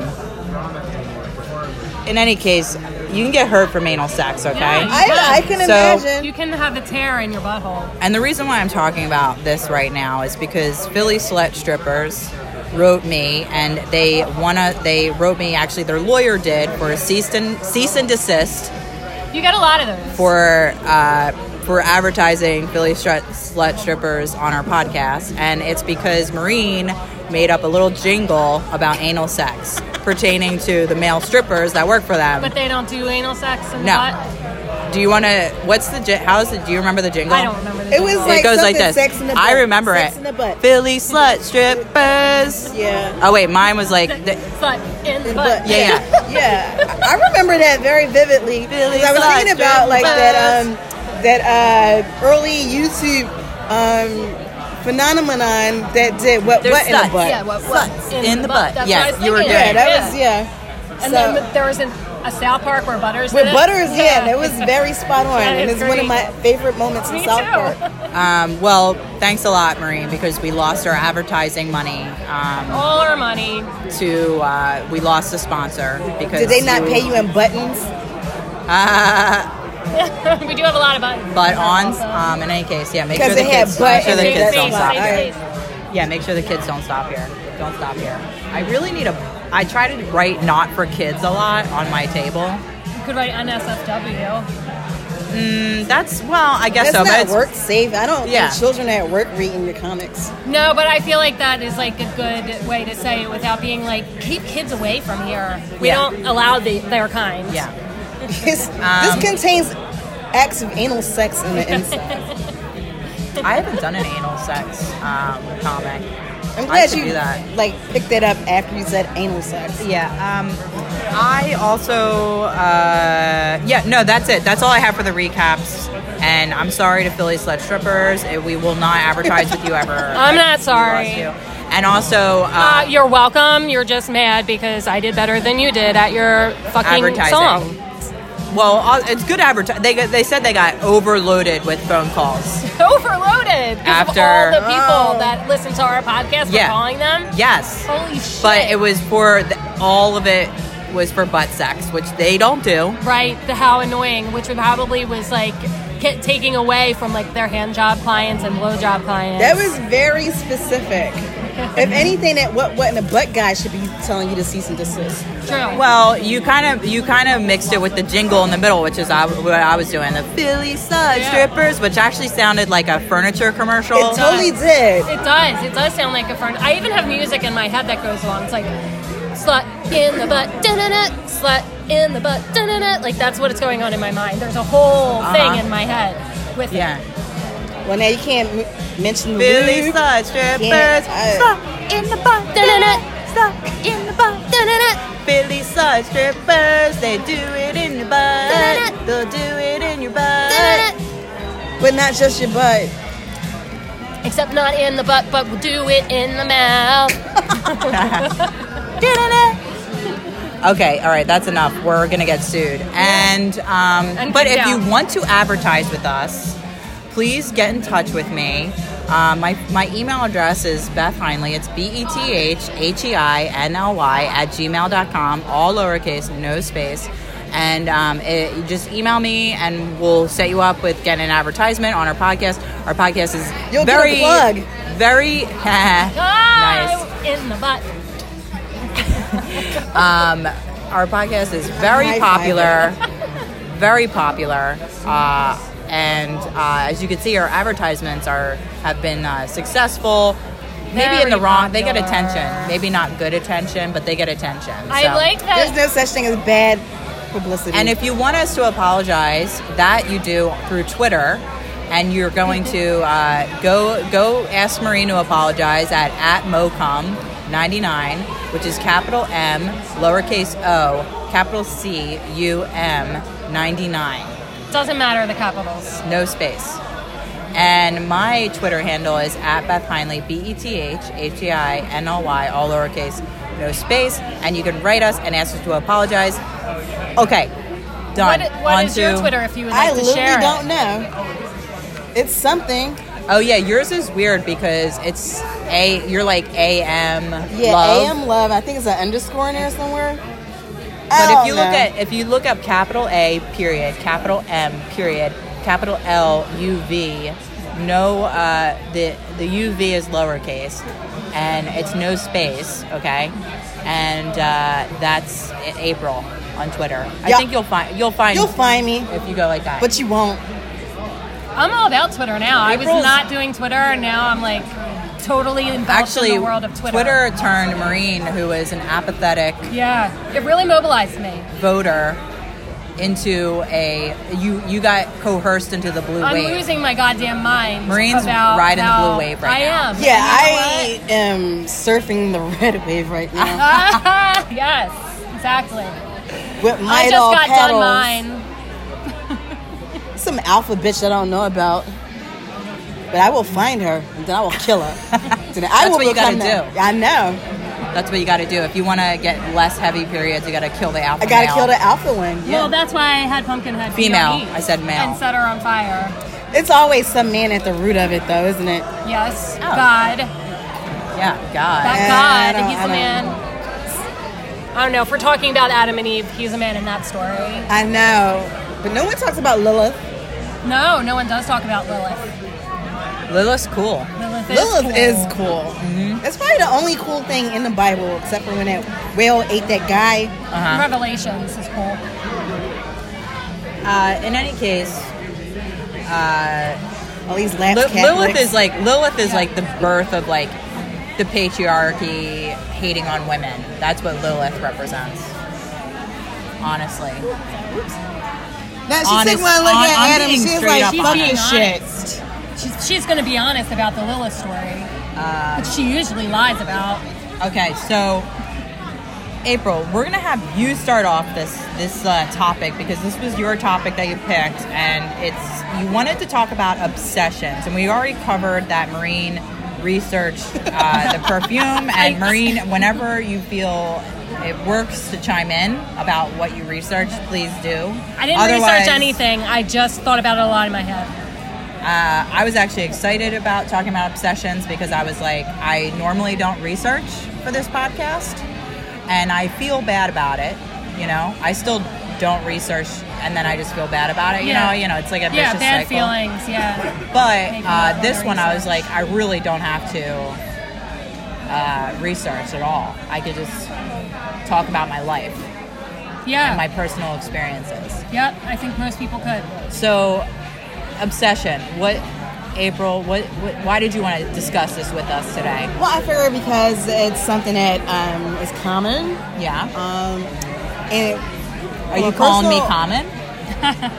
E: in any case, you can get hurt from anal sex, okay?
C: Yeah, you
D: I, I can
E: So-
D: imagine.
C: You can have a tear in your butthole.
E: And the reason why I'm talking about this right now is because Philly Slut Strippers wrote me, and they wanna they wrote me actually their lawyer did for a cease and cease and desist
C: You get a lot of those.
E: for uh, for advertising Philly Stru- Slut Strippers on our podcast, and it's because Marine made up a little jingle about anal sex pertaining to the male strippers that work for them.
C: but they don't do anal sex and
E: No.
C: what?
E: do you want to? What's the? ji- How's the? Do you remember the jingle?
C: I don't remember. The
D: It was
C: jingle.
D: like
E: it goes like
D: something
E: this.
D: Sex in the butt.
E: I remember
D: sex
E: it.
D: In the butt.
E: Philly slut strippers.
D: Yeah.
E: Oh wait, mine was like the,
C: but in the butt.
D: But
E: Yeah,
D: yeah, yeah. I I remember that very vividly 'cause I was
E: Sly,
D: thinking about like that
E: Jeremy
D: um, that uh, early YouTube um, phenomenon that did what
E: They're
D: what in
E: sluts.
D: the butt.
C: Yeah, what, what?
E: Sluts in the butt.
C: That's
E: Yes,
C: what I was
E: you were
C: thinking.
E: good.
D: Yeah, that was yeah.
C: And
D: so
C: then there was an a South Park where Butters
D: With
C: did it.
D: butters, yeah, that was very spot on,
C: That
D: and
C: is
D: it's one of
C: great.
D: my favorite moments in
C: Me
D: South
C: too.
D: Park.
E: Um, well, thanks a lot, Marie, because we lost our advertising money. Um,
C: all our money.
E: to uh, we lost a sponsor because
D: Did they not pay you in buttons?
C: we do have a lot of buttons.
E: But ons, um, in any case, yeah, make sure
D: Because
E: the
D: it had
E: kids,
D: butt
E: make sure
D: and
E: the
D: it
E: kids
D: said
E: don't
D: butt.
E: stop.
D: All right.
E: Yeah, make sure the kids don't stop here. Don't stop here. I really need a. I try to write not for kids a lot on my table.
C: You could write NSFW.
E: Mm, That's well, I guess
D: That's
E: so. but
D: not
E: it's-
D: work safe. I don't
E: Yeah.
D: think children at work reading your comics.
C: No, but I feel like that is like a good way to say it without being like keep kids away from here. We
E: Yeah.
C: don't allow the, their kind.
E: Yeah.
D: This,
E: Um,
D: this contains acts of anal sex in the inside.
E: I haven't done an anal sex um, comic. I
D: I'm glad
E: should
D: you
E: do that.
D: like picked that up after you said anal sex.
E: Yeah. Um, I also. Uh, yeah. No, that's it. That's all I have for the recaps. And I'm sorry to Philly Sledge Strippers. It- we will not advertise with you ever.
C: I'm not
E: We lost
C: sorry.
E: you. And also,
C: Uh,
E: uh,
C: you're welcome. You're just mad because I did better than you did at your fucking
E: Advertising.
C: song.
E: well, uh, it's good advertising. They, got- they said they got overloaded with phone calls.
C: Overloaded. After
E: After-
C: all the people
E: Oh.
C: that listen to our podcast, we're
E: Yeah.
C: calling them.
E: Yes.
C: Holy shit.
E: But it was for the, all of it was for butt sex, which they don't do.
C: right the how annoying which probably was like get, taking away from like their hand job clients and blow job clients
D: That was very specific. if anything, that what what in a butt guy should be telling you to cease and desist.
C: true
E: Well, you kind of you kind of mixed it with the jingle in the middle, which is I, what I was doing, the Philly Stud
C: Yeah.
E: Strippers, which actually sounded like a furniture commercial.
D: It totally did.
C: it does it does sound like a fern i even have music in my head that goes along it's like slut in the butt da-na-na, slut in the butt da-na-na. like that's what it's going on in my mind there's a whole
E: Uh-huh.
C: thing in my head with it.
E: yeah.
D: Well, now you can't m- mention the
E: Philly
D: lube.
E: Stud Strippers,
D: Yeah, I-
E: in the butt,
C: Da-na-na.
E: stuck in the butt.
C: Da-na-na.
E: Philly Stud Strippers, they do it in your butt. They'll do it in your butt.
D: But not just your butt.
C: except not in the butt but we'll do it in the mouth
E: Okay, all right, that's enough. We're gonna get sued. And, um,
C: And
E: but
C: kicked
E: if
C: out.
E: you want to advertise with us, please get in touch with me. Uh, my my email address is Beth Heinley. It's B E T H H E I N L Y at gmail.com, all lowercase, no space. And um, it, you just email me, and we'll set you up with getting an advertisement on our podcast. Our podcast is
D: You'll get a
E: very
D: plug.
E: very nice.
C: Ah, in the butt
E: Our podcast is very
D: High five.
E: popular, very popular, uh, and uh, as you can see, our advertisements are have been uh, successful. Maybe in
C: Very
E: the wrong, they get
C: popular.
E: attention. Maybe not good attention, but they get attention.
C: i
E: So-
C: like that
D: There's no such thing as bad publicity.
E: And if you want us to apologize, that you do through Twitter. And you're going to uh, go go ask Marie to apologize at at mocom99, which is capital M lowercase o capital C U M 99,
C: doesn't matter the capitals
E: no space. And my Twitter handle is at Beth Heinley, B E T H H E I N L Y, all lowercase, no space. And you can write us and ask us to apologize. Okay, done.
C: What, what
E: On
C: is your
E: to-
C: Twitter if you would
D: I
C: like to
D: literally
C: share
D: don't
C: it?
D: know. It's something.
E: Oh yeah, yours is weird because it's a. You're like AM
D: Yeah,
E: love.
D: AM love. I think it's an underscore in there somewhere.
E: But if you look at if you look up capital A period capital M period capital L U V, no uh, the the U V is lowercase, and it's no space. Okay, and uh, that's A- April on Twitter. I
D: Yeah.
E: think you'll find you'll find
D: you'll find me,
E: if you go like that.
D: but you won't.
C: I'm all about Twitter now. I was
E: April's-
C: not doing Twitter, and now I'm like totally involved
E: Actually,
C: in the world of Twitter.
E: Twitter turned Marine, who is an apathetic
C: Yeah, it really mobilized me.
E: voter into a you you got coerced into the blue
C: I'm
E: wave.
C: losing my goddamn mind.
E: Marines
C: about
E: riding the
C: how
E: blue wave right
C: I
E: now.
C: am.
D: Yeah,
C: And you
D: I am surfing the red wave right now
C: know what? yes, exactly.
D: with my
C: I just
D: dog
C: got
D: paddles.
C: done mine.
D: Some alpha bitch that I don't know about. But I will find her and then I will kill her. then I
E: That's
D: will
E: what you
D: become
E: gotta
D: that. I know.
E: That's what you got to do if you want to get less heavy periods. You got to kill the alpha.
D: I gotta
E: male.
D: kill the alpha one.
C: Well, that's why I had Pumpkinhead. be
E: Female.
C: on each
E: I said male.
C: And set her on fire.
D: It's always some man at the root of it, though, isn't it?
C: Yes,
E: Oh.
C: God.
E: Yeah, God.
C: That
D: Yeah, I
C: God,
D: don't-
C: he's
D: I
C: a
D: don't-
C: man. I don't know. If we're talking about Adam and Eve, he's a man in that story.
D: I know, but no one talks about Lilith.
C: No, no one does talk about Lilith.
E: Lilith's cool. Mm-hmm.
C: Lilith is cool.
D: Lilith is cool. That's probably the only cool thing in the Bible, except for when that whale ate that guy.
E: Uh-huh.
C: Revelations is cool.
E: Uh, in any case,
D: All these last
E: Li-
D: Catholics.
E: Lilith is like Lilith is like the birth of like the patriarchy hating on women. That's what Lilith represents. Honestly,
D: Now she
E: honest-
D: said when I
C: Um,
D: look
E: I'm-
D: at
E: I'm
D: Adam,
E: being
D: she's
E: straight
D: like,
E: up
D: fuck
E: honest.
D: this shit.
C: She's, she's going to be honest about the Lilith story,
D: Uh,
C: which she usually lies about.
E: Okay, so April, we're gonna have you start off this this uh, topic because this was your topic that you picked, and it's you wanted to talk about obsessions, and we already covered that marine research, uh, the perfume, and marine. Whenever you feel it works to chime in about what you researched, please do.
C: I didn't
E: Otherwise,
C: research anything. I just thought about it a lot in my head.
E: uh, I was actually excited about talking about obsessions because I was like, I normally don't research for this podcast, and I feel bad about it. You know, I still don't research, and then I just feel bad about it. You
C: Yeah.
E: know, you know, it's like a
C: Yeah,
E: vicious
C: bad
E: cycle.
C: feelings. Yeah.
E: But
C: Maybe not
E: uh, this
C: all
E: one, I was
C: research.
E: like, I really don't have to uh, research at all. I could just talk about my life
C: Yeah.
E: and my personal experiences.
C: yep. I think most people could.
E: So, obsession. What, April? What, what? Why did you want to discuss this with us today?
D: Well, I figure because it's something that um, is common.
E: Yeah.
D: Um, and
E: Are you calling me common?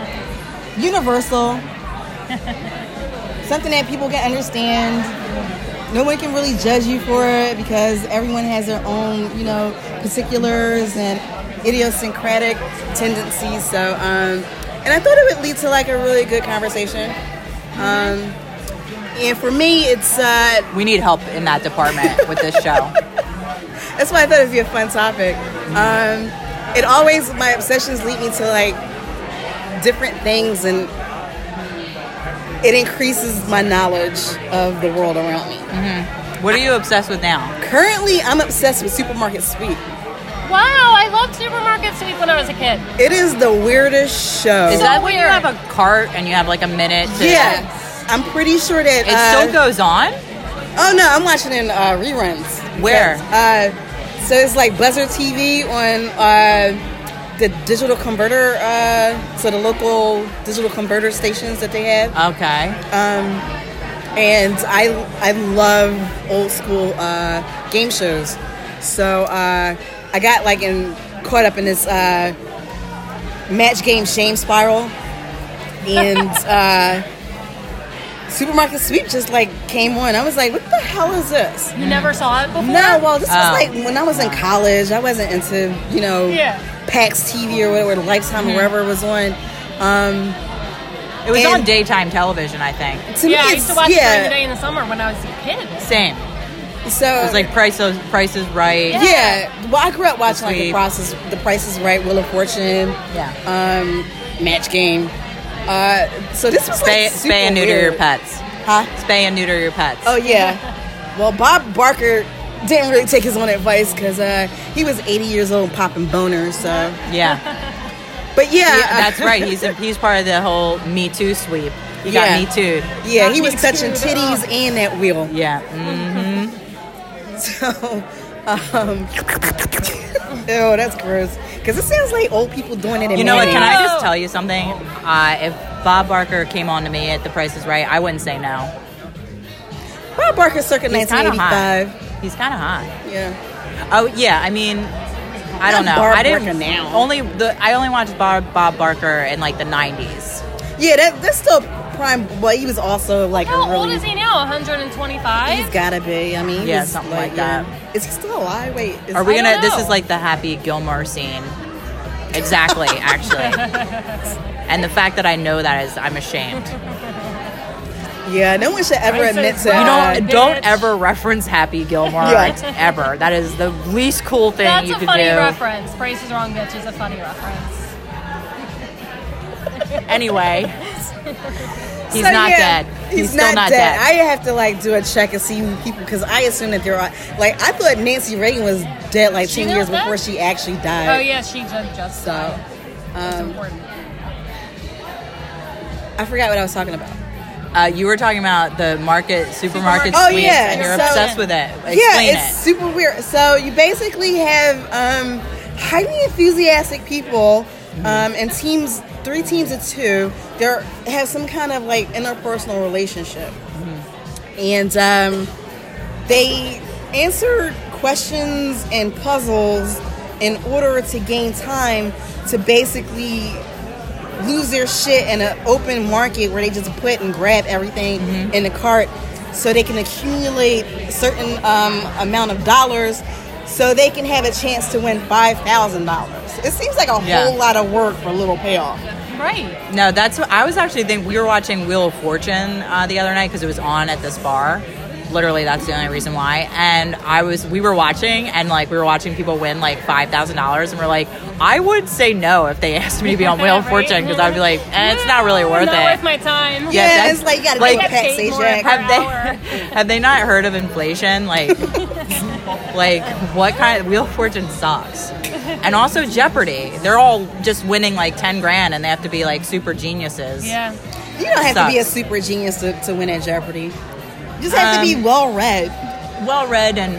D: universal. Something that people can understand. No one can really judge you for it because everyone has their own, you know, particulars and idiosyncratic tendencies. So, um, and I thought it would lead to like a really good conversation. Um, and for me, it's uh,
E: We need help in that department with this show.
D: That's why I thought it'd be a fun topic. Um, it always my obsessions lead me to like different things, and it increases my knowledge of the world around me.
E: What are you obsessed with now?
D: Currently, I'm obsessed with supermarket sweep.
C: Wow, I loved Supermarket Sweep when I was a kid.
D: It is the weirdest show.
E: Is
C: So
E: that when you
C: weird.
E: have a cart and you have like a minute? To,
D: yeah, I'm pretty sure that
E: It
D: uh,
E: still goes on.
D: Oh no, I'm watching it in uh, reruns.
E: Where?
D: Yes. Uh, so it's like Buzzer TV on uh, the digital converter, uh, so the local digital converter stations that they have.
E: Uh. Okay.
D: And I I love old school uh, game shows. So uh, I got like in caught up in this uh, match game shame spiral, and uh, supermarket sweep just like came on. I was like, what the hell is this?
C: You never saw it before?
D: Mm. No, well, this
E: Oh.
D: was like when I was in college. I wasn't into you know
C: Yeah. Mm-hmm.
D: PAX TV or whatever, Lifetime or wherever it was on. Um,
E: It was
D: and-
E: on daytime television, I think.
D: to
C: yeah,
D: me,
C: I
D: it's,
C: used to watch it during the day
D: yeah.
C: in the summer when I was a kid.
E: Same.
D: So
E: It was like Price is, Price is Right.
D: yeah. Well, I grew up watching like the
E: Sweet.
D: process, The Price is Right, Wheel of Fortune,
E: Yeah.
D: um, Match Game. Uh, so this was
E: Spay,
D: like super
E: spay and neuter
D: weird.
E: your pets.
D: Huh?
E: Spay and neuter your pets.
D: Oh yeah. Well, Bob Barker didn't really take his own advice because uh, he was 80 years old, popping boners. So,
E: yeah.
D: but yeah,
E: Yeah, that's right. He's a, he's part of the whole Me Too sweep. He
D: Yeah.
E: got Me Too.
D: Yeah,
C: Got
D: he
C: me
D: was touching
C: too, though.
D: titties and that wheel.
E: Yeah. Mm.
D: So, um, ew, that's gross. Because it sounds like old people doing it. In
E: You know what?
D: movies.
E: Can I just tell you something? Uh, if Bob Barker came on to me at The Price Is Right, I wouldn't say no.
D: Bob Barker circa
E: He's kind of hot.
D: 1985.
E: He's kind of hot.
D: Yeah.
E: Oh yeah. I mean, I don't know.
D: Not Bob
E: I didn't.
D: Barker now.
E: Only the I only watched Bob Bob Barker in like the '90s.
D: Yeah, that, that's still prime. Well, he was also like
C: How
D: a really.
C: old is he now? 125?
D: He's gotta be. I mean, he
E: Yeah,
D: was,
E: something like
D: yeah. Is he still alive? Wait. Is
E: Are we
C: I
E: gonna?
C: don't
E: This is
C: know.
E: like the Happy Gilmore scene. Exactly. actually. And the fact that I know that is, I'm ashamed.
D: Yeah, no one should ever
C: I'm so
D: admit to.
C: sorry.
E: You
C: Uh,
E: know, don't
C: bitch.
E: ever reference Happy Gilmore
D: Yeah.
E: ever. That is the least cool thing
C: That's
E: you
C: a
E: could
C: funny
E: do.
C: reference. Price is wrong, bitch is a funny reference.
E: Anyway, he's
D: So,
E: not
D: yeah,
E: dead. He's, still not, dead.
D: I have to like do a check and see who people because I assume that there are like I thought Nancy Reagan was dead like
C: She
D: ten years
C: not dead?
D: before she actually died.
C: Oh yeah, she just just
D: So,
C: died. It's
E: um,
C: important.
D: I forgot what I was talking about.
E: uh, you were talking about the market supermarket
D: Oh,
E: sweets,
D: yeah,
E: and you're
D: so-
E: obsessed with it. Explain
D: yeah, it's
E: it.
D: super weird. So you basically have um, highly enthusiastic people um, and teams, three teams of two, they are have some kind of like interpersonal relationship,
E: Mm-hmm.
D: and um, they answer questions and puzzles in order to gain time to basically lose their shit in an open market where they just put and grab everything
E: Mm-hmm.
D: in the cart so they can accumulate certain um, amount of dollars so they can have a chance to win $5,000. It seems like a
E: Yeah.
D: whole lot of work for a little payoff.
C: Right.
E: No, that's what I was actually thinking. We were watching Wheel of Fortune uh, the other night because it was on at this bar. Literally, that's the only reason why. And I was, we were watching, and like we were watching people win like five thousand dollars, and we're like, I would say no if they asked me to be on Wheel of
C: Right?
E: Fortune because I'd be like, eh, it's not really worth
C: Not
E: it.
C: worth my time.
E: Yeah,
D: Yeah,
E: that's-
D: it's like you gotta
E: like-
D: like, pay
C: Pay
D: Pat
C: more per
E: have
C: hour.
E: they have they not heard of inflation? Like, like what kind of Wheel of Fortune sucks, and also Jeopardy. They're all just winning like ten grand, and they have to be like super geniuses.
C: Yeah.
D: You don't have to be a
E: Sucks.
D: super genius to, to win at Jeopardy. You just have to be
E: Um,
D: well read
E: well read and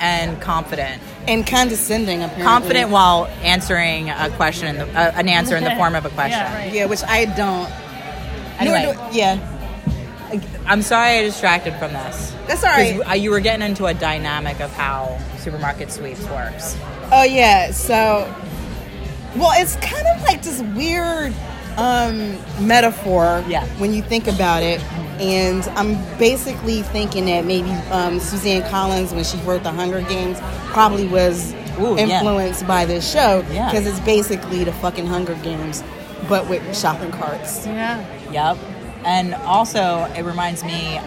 E: and confident.
D: and condescending, apparently.
C: Mm-hmm.
E: Confident while answering a question, in the, uh, an answer in the form of a question.
C: Yeah, right.
D: Yeah, which I don't. Nor
E: Anyway.
D: do- yeah,
E: I'm sorry I distracted from this.
D: that's all
E: 'Cause
D: right.
E: uh, you were getting into a dynamic of how supermarket sweeps works.
D: Oh yeah, so well, it's kind of like this weird um, metaphor
E: Yeah.
D: when you think about it. And I'm basically thinking that maybe um, Suzanne Collins, when she wrote The Hunger Games, probably was
E: Ooh, yeah.
D: influenced by this show
E: Yeah.
D: because it's basically the fucking Hunger Games, but with shopping carts.
C: Yeah.
E: Yep. And also, it reminds me,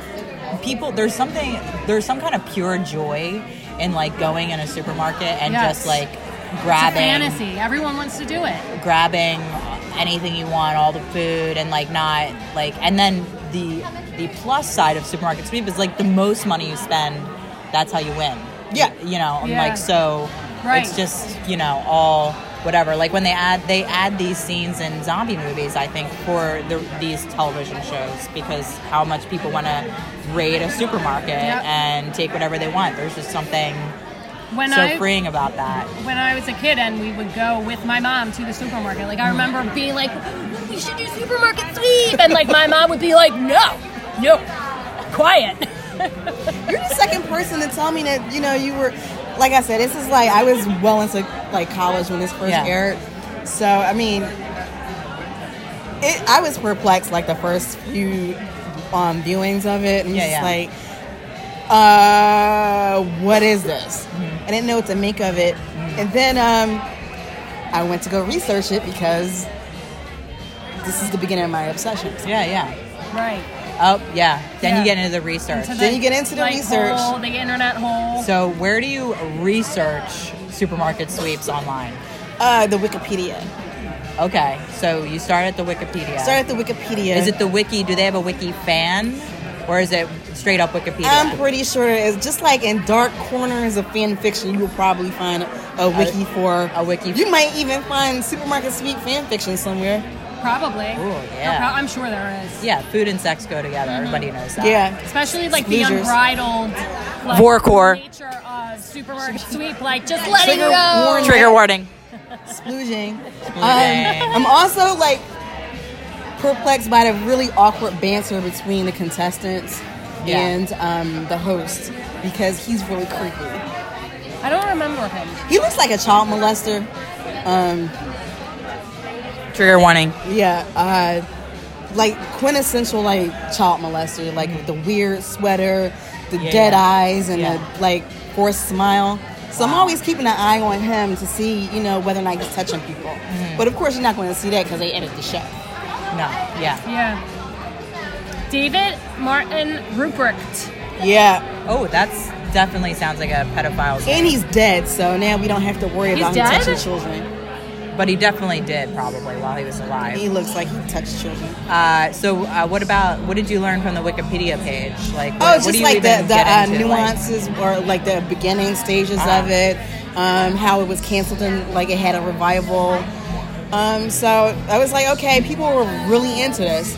E: people. There's something. There's some kind of pure joy in like going in a supermarket and
C: Yes.
E: just like
C: It's a
E: grabbing
C: fantasy. Everyone wants to do it.
E: grabbing anything you want, all the food, and like not like. And then the the plus side of supermarket sweep is like the most money you spend, that's how you win.
D: Yeah.
E: you know, and
C: Yeah.
E: like so,
C: Right.
E: it's just you know all whatever. Like when they add they add these scenes in zombie movies, I think for the, these television shows because how much people want to raid a supermarket
C: Yep.
E: and take whatever they want. There's just something
C: When
E: so
C: I
E: freeing about that.
C: when I was a kid and we would go with my mom to the supermarket. Like I remember being like, we should do supermarket sweep, and like my mom would be like, no, no, quiet.
D: You're the second person to tell me that you know you were. Like I said, this is like I was well into like college when this first
E: Yeah.
D: aired. So I mean, it. I was perplexed like the first few um, viewings of it. I'm
E: Yeah,
D: just
E: yeah.
D: like, uh, what is this?
E: Mm-hmm.
D: I didn't know what to make of it. And then um, I went to go research it because this is the beginning of my obsession.
E: Yeah, yeah.
C: Right.
E: Oh, yeah. Then you
C: Yeah.
E: get into the research.
C: So
D: Then you get into the
C: like,
D: research.
C: Hole, the internet hole.
E: So, where do you research supermarket sweeps online?
D: Uh, the Wikipedia.
E: Okay, so you start at the Wikipedia.
D: Start at the Wikipedia.
E: Is it the wiki? Do they have a wiki fan, or is it straight up Wikipedia?
D: I'm pretty sure it's just like in dark corners of fan fiction, you will probably find a wiki for
E: a wiki-
D: You might even find supermarket sweet fan fiction somewhere.
C: Probably.
E: Ooh,
C: No,
E: yeah.
C: pro- I'm sure there is.
E: yeah, food and sex go together. Everybody knows that.
D: Yeah,
C: Especially like the
D: Losers.
C: unbridled like,
E: Vorkor.
C: nature of supermarket sweep. Like just letting
D: Trigger
C: go.
D: warning.
E: Trigger warning.
D: splooging. Um,
E: Splooging.
D: I'm also like perplexed by the really awkward banter between the contestants
E: Yeah.
D: and um, the host because he's really creepy.
C: I don't remember him.
D: He looks like a child molester. Um,
E: Trigger warning.
D: Yeah, uh, like quintessential like child molester, like with the weird sweater, the
E: Yeah,
D: dead
E: yeah.
D: eyes, and
E: Yeah.
D: the like forced smile. So I'm always keeping an eye on him to see, you know, whether or not he's touching people. But of course, you're not going to see that because they edit the show.
E: No. Yeah.
C: Yeah. David Martin Ruprecht.
D: Yeah.
E: Oh, that's definitely sounds like a pedophile.
D: And he's dead, so now we don't have to worry
C: He's
D: about
C: dead?
D: him touching children.
E: But he definitely did probably while he was alive.
D: He looks like he touched children.
E: Uh, so, uh, what about what did you learn from the Wikipedia page? Like, what,
D: Oh,
E: what
D: just
E: do you
D: like the,
E: even
D: the
E: get
D: uh,
E: into? Like,
D: nuances or like the beginning stages
E: Ah.
D: of it, um, how it was canceled and like it had a revival. Um, so I was like, okay, people were really into this.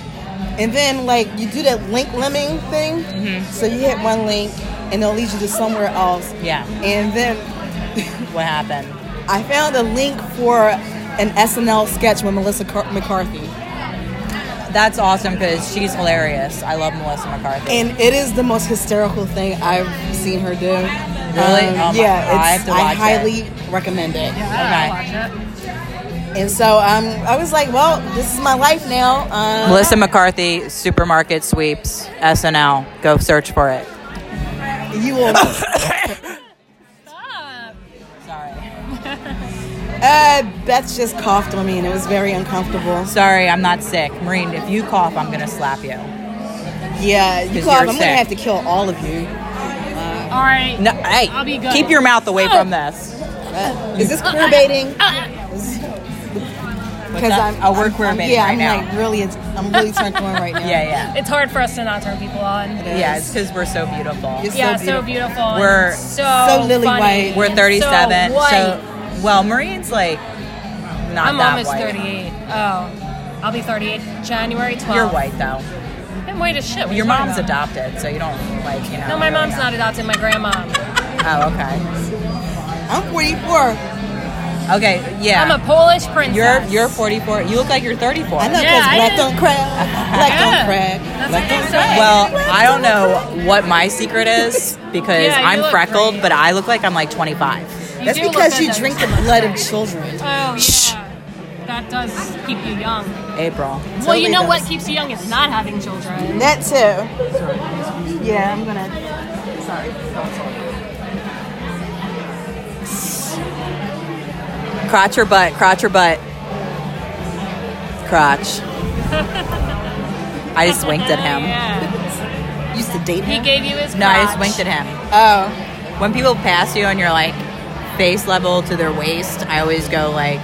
D: And then like you do that link lemming thing,
E: Mm-hmm.
D: so you hit one link and it'll lead you to somewhere else.
E: Yeah.
D: And then
E: what happened?
D: I found a link for an SNL sketch with Melissa Car- McCarthy,
E: That's awesome because she's hilarious. I love Melissa McCarthy.
D: and it is the most hysterical thing I've seen her do. Um,
E: Really? Oh my
D: yeah,
E: God, I
D: it's-
E: have to watch it.
D: highly recommend it.
E: okay.
D: And so um, I was like, well, this is my life now. Um,
E: Melissa McCarthy, supermarket sweeps, SNL. Go search for it.
D: you will.
E: Sorry.
D: Uh, Beth just coughed on me, and it was very uncomfortable.
E: Sorry, I'm not sick. Marine, if you cough, I'm gonna slap you.
D: Yeah, you
E: 'Cause
D: cough.
E: you're
D: I'm gonna
E: sick.
D: have to kill all of you.
C: All right.
E: No, hey,
C: I'll be good.
E: keep your mouth away from this.
D: Uh, is this queer baiting? Because
E: that?
D: I'm.
E: Oh, we're
D: I'm-
E: queer
D: I'm-
E: baiting
D: Yeah,
E: right
D: I'm
E: now.
D: like really. I'm really turned on right now.
E: Yeah, yeah,
C: It's hard for us to not turn people on.
E: yeah. It's because we're so beautiful.
D: You're so
C: yeah, so
D: beautiful.
C: beautiful. and
E: We're
C: so,
D: so lily
C: funny
D: white.
E: We're
C: and
E: 37.
C: So white.
E: well, Marine's like not
C: I'm
E: that
C: almost
E: white.
C: 38. Oh, I'll be 38 January 12th.
E: You're white though.
C: I'm white as shit. What are
E: Your
C: you talking
E: mom's
C: about?
E: adopted, so you don't like you know.
C: No, my
E: really
C: mom's
E: know.
C: not adopted. My grandma.
E: Oh, okay.
D: I'm 44.
E: Okay, yeah.
C: I'm a Polish princess.
E: You're you're 44. You look like you're 34.
D: I know because
C: Yeah, I
D: black
C: did.
D: don't crack. Black
C: Yeah.
D: don't crack.
C: That's what they say.
E: Well, I don't know what my secret is because
C: Yeah, you
E: I'm
C: look
E: freckled,
C: great.
E: but I look like I'm like 25.
C: You
D: That's
C: do look
D: because you
C: good, though.
D: drink the blood of children.
C: Oh yeah, that does keep you young.
E: April.
C: well, you
D: Totally
C: know what
D: does.
C: keeps you young is not having children.
D: That too. Yeah, I'm gonna. Sorry.
E: Crotch or butt? Crotch or butt? Crotch. I just winked at him.
C: Yeah.
D: Used to date
C: He
D: him.
C: gave you his.
E: No, I just
C: crotch.
E: winked at him.
D: Oh.
E: When people pass you and you're like face level to their waist, I always go like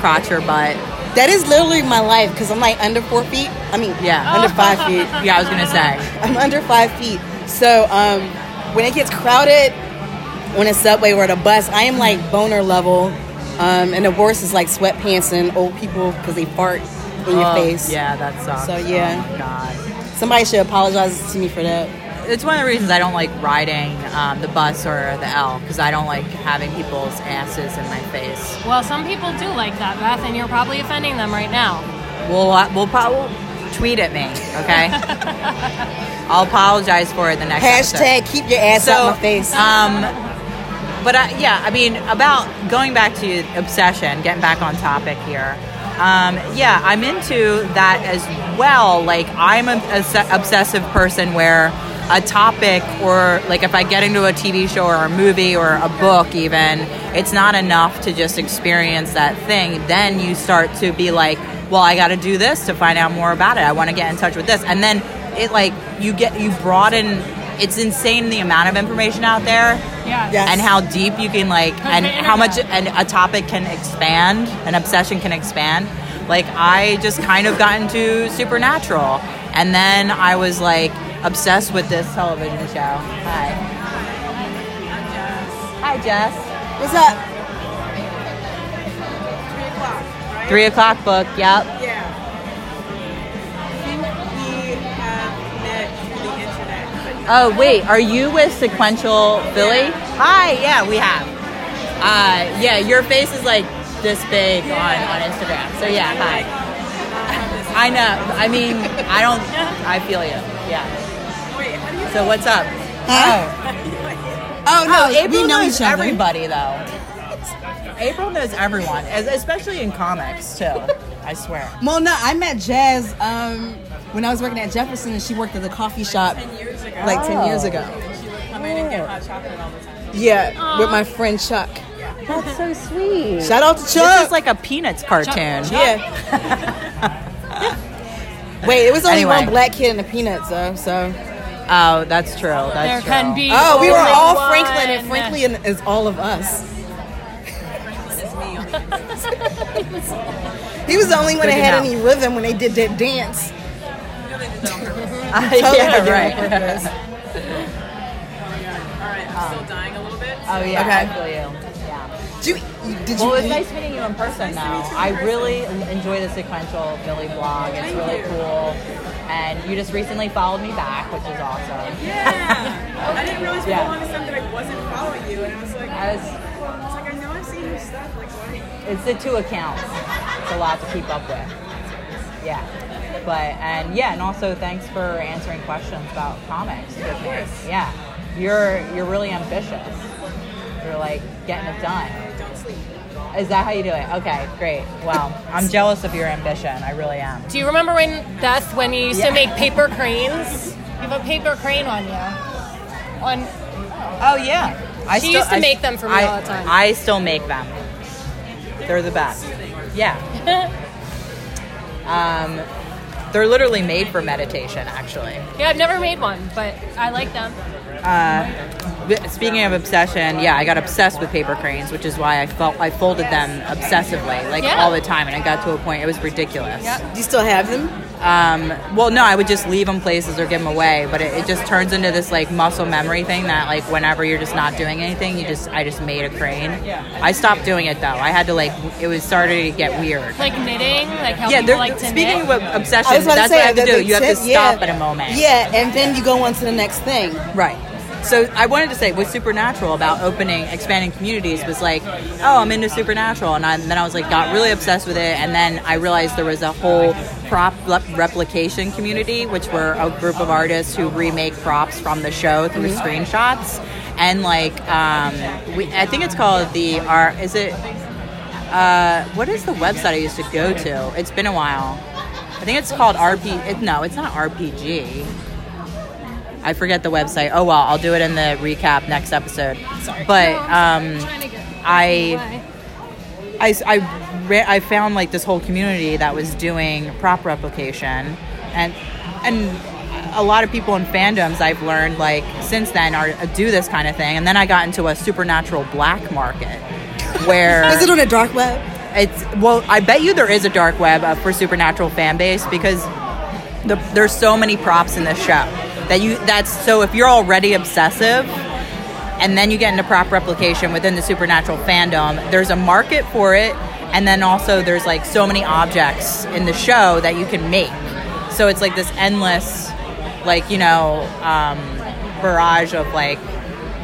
E: crotch or butt.
D: That is literally my life because I'm like under four feet. I mean,
E: Yeah.
D: under five feet.
E: Yeah, I was gonna say.
D: I'm under five feet. So um, when it gets crowded on a subway or at a bus, I am like boner level. Um, and the worst is like sweatpants and old people because they fart in your
E: Oh,
D: face.
E: Yeah, that sucks.
D: So, yeah.
E: Oh, God.
D: Somebody should apologize to me for that.
E: It's one of the reasons I don't like riding um, the bus or the L because I don't like having people's asses in my face.
C: Well, some people do like that, Beth, and you're probably offending them right now.
E: We'll uh, we'll probably tweet at me, okay? I'll apologize for it the next episode.
D: Hashtag keep your ass
E: so,
D: out my face.
E: Um, but I, yeah, I mean, about going back to obsession, getting back on topic here. Um, yeah, I'm into that as well. Like, I'm an obsessive person where a topic or like if I get into a TV show or a movie or a book, even, it's not enough to just experience that thing. Then you start to be like, well, I got to do this to find out more about it. I want to get in touch with this, and then it like you get you broaden. It's insane the amount of information out there
C: Yeah.
D: Yeah.
E: and how deep you can like and
C: the internet.
E: how much and a topic can expand an obsession can expand like i just kind of got into supernatural and then i was like obsessed with this television show hi hi jess
D: What's up?
E: three o'clock book yep
H: Yeah. I think we have met through the internet. but
E: Oh wait, are you with Sequential Philly? Hi, yeah, we have. Uh, yeah, your face is like this big on, on Instagram. So yeah, hi.
H: uh,
E: I know. I mean, I don't. I feel you. Yeah.
H: Wait, how do you
E: So what's up?
D: Huh? Oh no,
E: Oh, April
D: we know
E: knows
D: each other.
E: everybody though. April knows everyone, es- especially in comics too. I swear.
D: Well, no, I met Jazz um, when I was working at Jefferson, and she worked at the coffee shop
H: years ago?
D: like ten years
E: Oh.
D: ago.
H: she would come in and get hot chocolate all the time.
D: Yeah, with my friend Chuck.
E: That's so sweet.
D: Shout out to Chuck.
E: This is like a Peanuts cartoon.
D: yeah. Wait, it was only
E: Anyway.
D: one black kid in the Peanuts, though. So,
E: Oh, that's true.
C: There
E: That's true.
C: can be.
D: oh, we were
C: only
D: all
C: one.
D: Franklin, and Franklin is all of us. He was the only one that
E: Good to
D: had
E: know.
D: any rhythm when they did that dance.
E: Uh,
D: Totally
E: yeah,
D: did it
E: right.
D: on purpose.
H: All right, I'm still dying a little bit.
E: Oh yeah,
D: Okay.
E: I feel you.
D: Did you, did you
E: Well, it was
D: eat?
E: nice meeting you in person. Now I really enjoy the sequential Billy blog. It's really cool, and you just recently followed me back, which is awesome.
H: Yeah. I didn't realize we
E: Yeah.
H: were on to something I wasn't following you, and I was like,
E: I
H: I
E: was,
H: was like, I know I've seen your stuff. Like, why?
E: it's the two accounts. It's a lot to keep up with. Yeah, but and yeah, and also thanks for answering questions about comics. with me.
H: course.
E: Yeah, you're you're really ambitious. You're like getting it done.
H: Don't sleep.
E: Is that how you do it? Okay, great. Wow, I'm jealous of your ambition. I really am.
C: Do you remember when Beth, when you used
E: Yeah.
C: to make paper cranes? You have a paper crane on you. On
E: Oh yeah, I
C: She used to make them for me
E: I-
C: all the time.
E: I still make them. They're the best. Yeah. um, they're literally made for meditation, actually.
C: yeah, I've never made one, but I like them.
E: But Speaking of obsession, yeah, I got obsessed with paper cranes, which is why I felt I folded them obsessively, like
C: Yeah.
E: all the time, and it got to a point it was ridiculous.
D: Do you still have them?
E: Um, well, no, I would just leave them places or give them away, but it, it just turns into this like muscle memory thing that like whenever you're just not doing anything, you just I just made a crane. I stopped doing it though. I had to like it was starting to get weird.
C: Like knitting, like how
E: Yeah,
C: people
E: they're,
C: like to
E: speaking
C: knit.
E: of obsession,
D: I
E: that's
D: was about
E: what
D: to say
E: I have to
D: that
E: do.
D: they
E: You have to
D: said- yeah.
E: stop at a moment.
D: Yeah, and then you go on to the next thing.
E: Right. So I wanted to say what's supernatural about opening, expanding communities was like, oh, I'm into supernatural, and, I, and then I was like, got really obsessed with it, and then I realized there was a whole prop lep- replication community, which were a group of artists who remake props from the show through screenshots, and like, um, we, I think it's called the art. Is it? Uh, what is the website I used to go to? It's been a while. I think it's called RP. It, no, it's not RPG. I forget the website. Oh well, I'll do it in the recap next episode. Sorry, but um, I, I, s- I, re- I found like this whole community that was doing prop replication, and and a lot of people in fandoms I've learned like since then are do this kind of thing, and then I got into a supernatural black market where
D: Is it on the dark web?
E: it's well i bet you there is a dark web uh, for supernatural fan base because the, there's so many props in this show that you that's so if you're already obsessive and then you get into prop replication within the supernatural fandom there's a market for it and then also there's like so many objects in the show that you can make so it's like this endless like you know um, barrage of like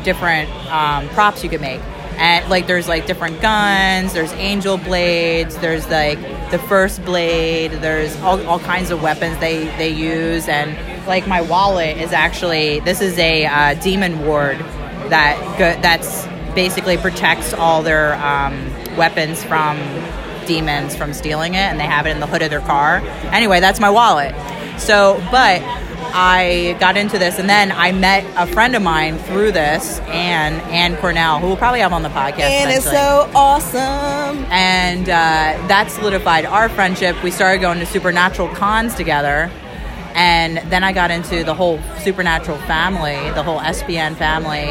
E: different um, props you could make and like there's like different guns there's angel blades there's like the first blade there's all, all kinds of weapons they they use and like my wallet is actually this is a uh, demon ward that go, that's basically protects all their um, weapons from demons from stealing it and they have it in the hood of their car anyway that's my wallet so but I got into this, and then I met a friend of mine through this, and Ann Cornell, who we'll probably have on the podcast.
D: and it's
E: eventually.
D: so awesome.
E: and uh, that solidified our friendship. We started going to supernatural cons together, and then I got into the whole supernatural family, the whole SBN family,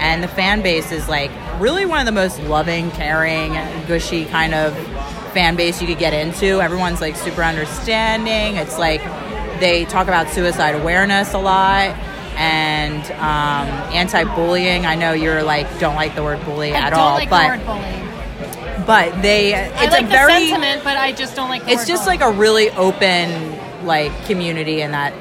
E: and the fan base is like really one of the most loving, caring, gushy kind of fan base you could get into. Everyone's like super understanding. It's like they talk about suicide awareness a lot and um, anti-bullying. I know you're like don't like the word bully
C: I
E: at
C: don't
E: all,
C: like
E: but
C: the word bullying.
E: but they it's
C: I like
E: a very
C: the sentiment, but I just don't like the
E: it's
C: word
E: just
C: bullying.
E: like a really open like community and that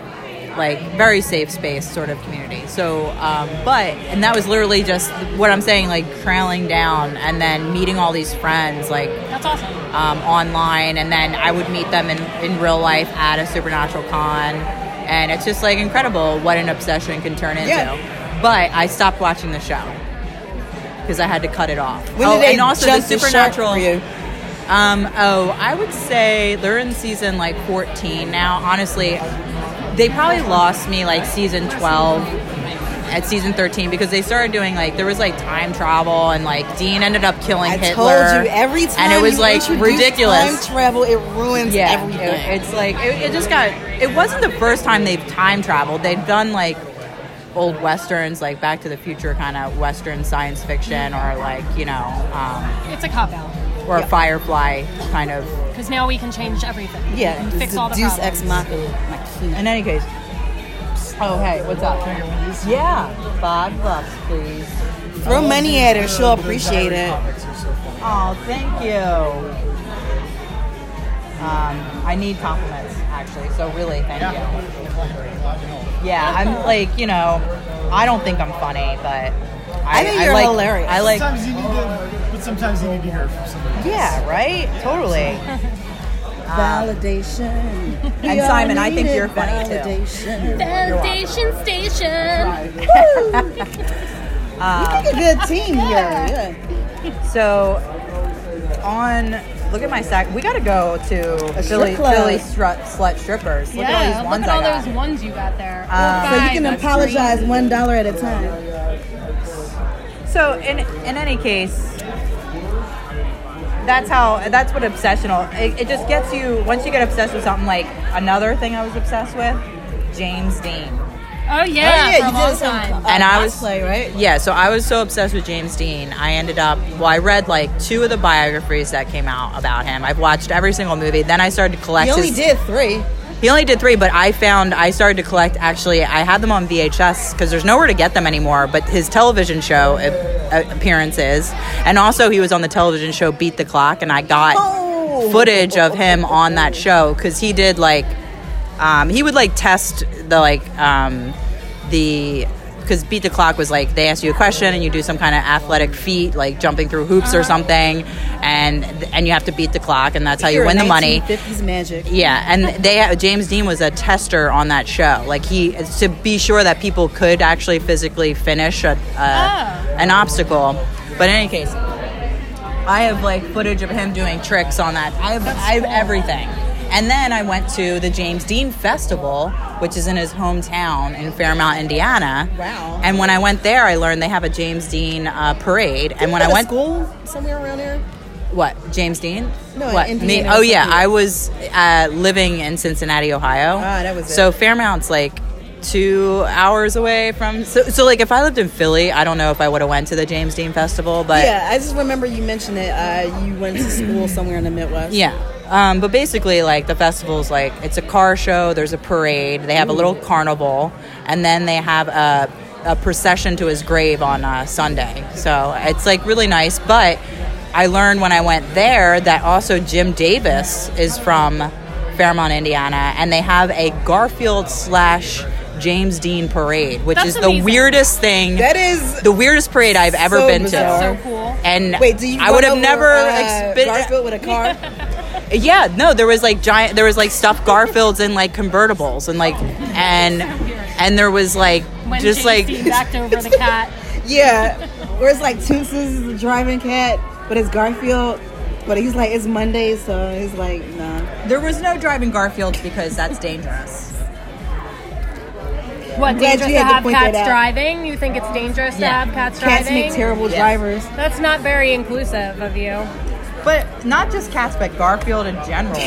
E: like very safe space sort of community so um, but and that was literally just what i'm saying like trailing down and then meeting all these friends like
C: That's awesome.
E: um, online, and then I would meet them in, in real life at a supernatural con. And it's just like incredible what an obsession can turn into.
D: Yeah.
E: But I stopped watching the show because I had to cut it off.
D: When
E: oh,
D: did they
E: and also
D: jump
E: the
D: the shark
E: supernatural.
D: for you?
E: Um, oh, I would say they're in season like 14 now. Honestly, they probably lost me like season 12 at season 13 because they started doing like there was like time travel and like Dean ended up killing
D: I
E: Hitler.
D: told you every time.
E: and it was
D: you
E: like
D: introduce
E: ridiculous.
D: Time travel it ruins
E: yeah,
D: everything.
E: it- it's like it, it just got. It wasn't the first time they've time traveled. They've done like old westerns, like Back to the Future kind of western science fiction, or like you know, um,
C: It's a cop out
E: or Firefly kind of
C: because now we can change everything.
D: yeah,
C: and
D: it's
C: fix
D: the
C: all the
D: Deus
C: problems.
D: ex machina.
E: In any case. Oh, hey, what's up? Yeah. Five bucks, please.
D: Throw money at her, she'll appreciate it.
E: Oh, thank you. Um, I need compliments, actually, so really, thank you. Yeah, I'm like, you know, I don't think I'm funny, but I,
D: I think you're
E: like,
D: hilarious.
E: I like,
I: Sometimes you need to, but sometimes you need to hear it from somebody. else.
E: yeah, right? Totally.
D: Uh, Validation. We
E: And
D: all
E: Simon, I think
D: needed
E: you're funny, too.
D: Validation.
C: Foundation station.
D: I think a good team here. Uh, Yeah.
E: So, on look at my sack. We gotta go to
D: strip
E: Philly,
D: club.
E: Philly strut, slut strippers. Look at all these ones I got.
C: ones you got there.
E: Uh,
D: So you can apologize one dollar at a time.
E: So in in any case, that's how that's what obsessional. It, it just gets you once you get obsessed with something. Like another thing I was obsessed with, James Dean.
C: Oh yeah, for a
D: you
C: long
D: did some
C: time.
D: uh,
E: And I was-
D: cosplay, right?
E: Yeah, so I was so obsessed with James Dean. I ended up, well, I read like two of the biographies that came out about him. I've watched every single movie. Then I started to collect
D: You only
E: his-
D: did three.
E: He only did three, but I found I started to collect. Actually, I had them on VHS because there's nowhere to get them anymore. But his television show uh, appearances, and also he was on the television show Beat the Clock, and I got
D: Oh.
E: footage of him on that show because he did like um, he would like test the like um, the because beat the clock was like they ask you a question and you do some kind of athletic feat like jumping through hoops or something and and you have to beat the clock and that's how you
D: Pure
E: win the money
D: 1950s magic.
E: yeah, and they James Dean was a tester on that show. Like he to be sure that people could actually physically finish a, a,
D: Oh.
E: an obstacle. But in any case, I have like footage of him doing tricks on that. I have, I have everything. And then I went to the James Dean Festival, which is in his hometown in Fairmount, Indiana.
D: Wow.
E: And when I went there, I learned they have a James Dean uh, parade. And when
D: At
E: I
D: a
E: went,
D: school somewhere around there.
E: what James Dean?
D: No, in
E: what me?
D: Indiana
E: Oh
D: or
E: yeah,
D: something.
E: I was uh, living in Cincinnati, Ohio.
D: Ah, that was it.
E: So Fairmount's like two hours away from. So, so like if I lived in Philly, I don't know if I would have went to the James Dean Festival, but
D: Yeah, I just remember you mentioned it. Uh, you went to school somewhere in the Midwest.
E: Yeah. Um, but basically, like the festival's like it's a car show. There's a parade. They have a little carnival, and then they have a, a procession to his grave on uh, Sunday. So it's like really nice. But I learned when I went there that also Jim Davis is from Fairmont, Indiana, and they have a Garfield slash James Dean parade, which
C: That's
E: is the
C: amazing.
E: weirdest thing.
D: That is
E: the weirdest parade I've ever
D: so
E: been
D: bizarre.
E: to.
C: So cool.
E: And
D: Wait, do you?
E: I would have
D: run over,
E: never
D: uh,
E: expected.
D: Garfield with a car.
E: Yeah, no, there was like giant. There was like stuffed Garfields and like convertibles and like and and there was like
C: When
E: just
C: JC
E: like
C: backed over the cat.
D: yeah, where it's like Toonses is the driving cat, but it's Garfield. But he's like, it's Monday, so he's like, nah.
E: there was no driving Garfields because that's dangerous.
C: What
D: glad
C: dangerous
D: you
C: to
D: had to
C: have
D: point that
C: cats
D: out.
C: driving? You think it's dangerous
E: Yeah.
C: to have cats driving?
D: Cats make terrible
E: Yeah.
D: drivers.
C: That's not very inclusive of you.
E: But not just cats, but Garfield in general.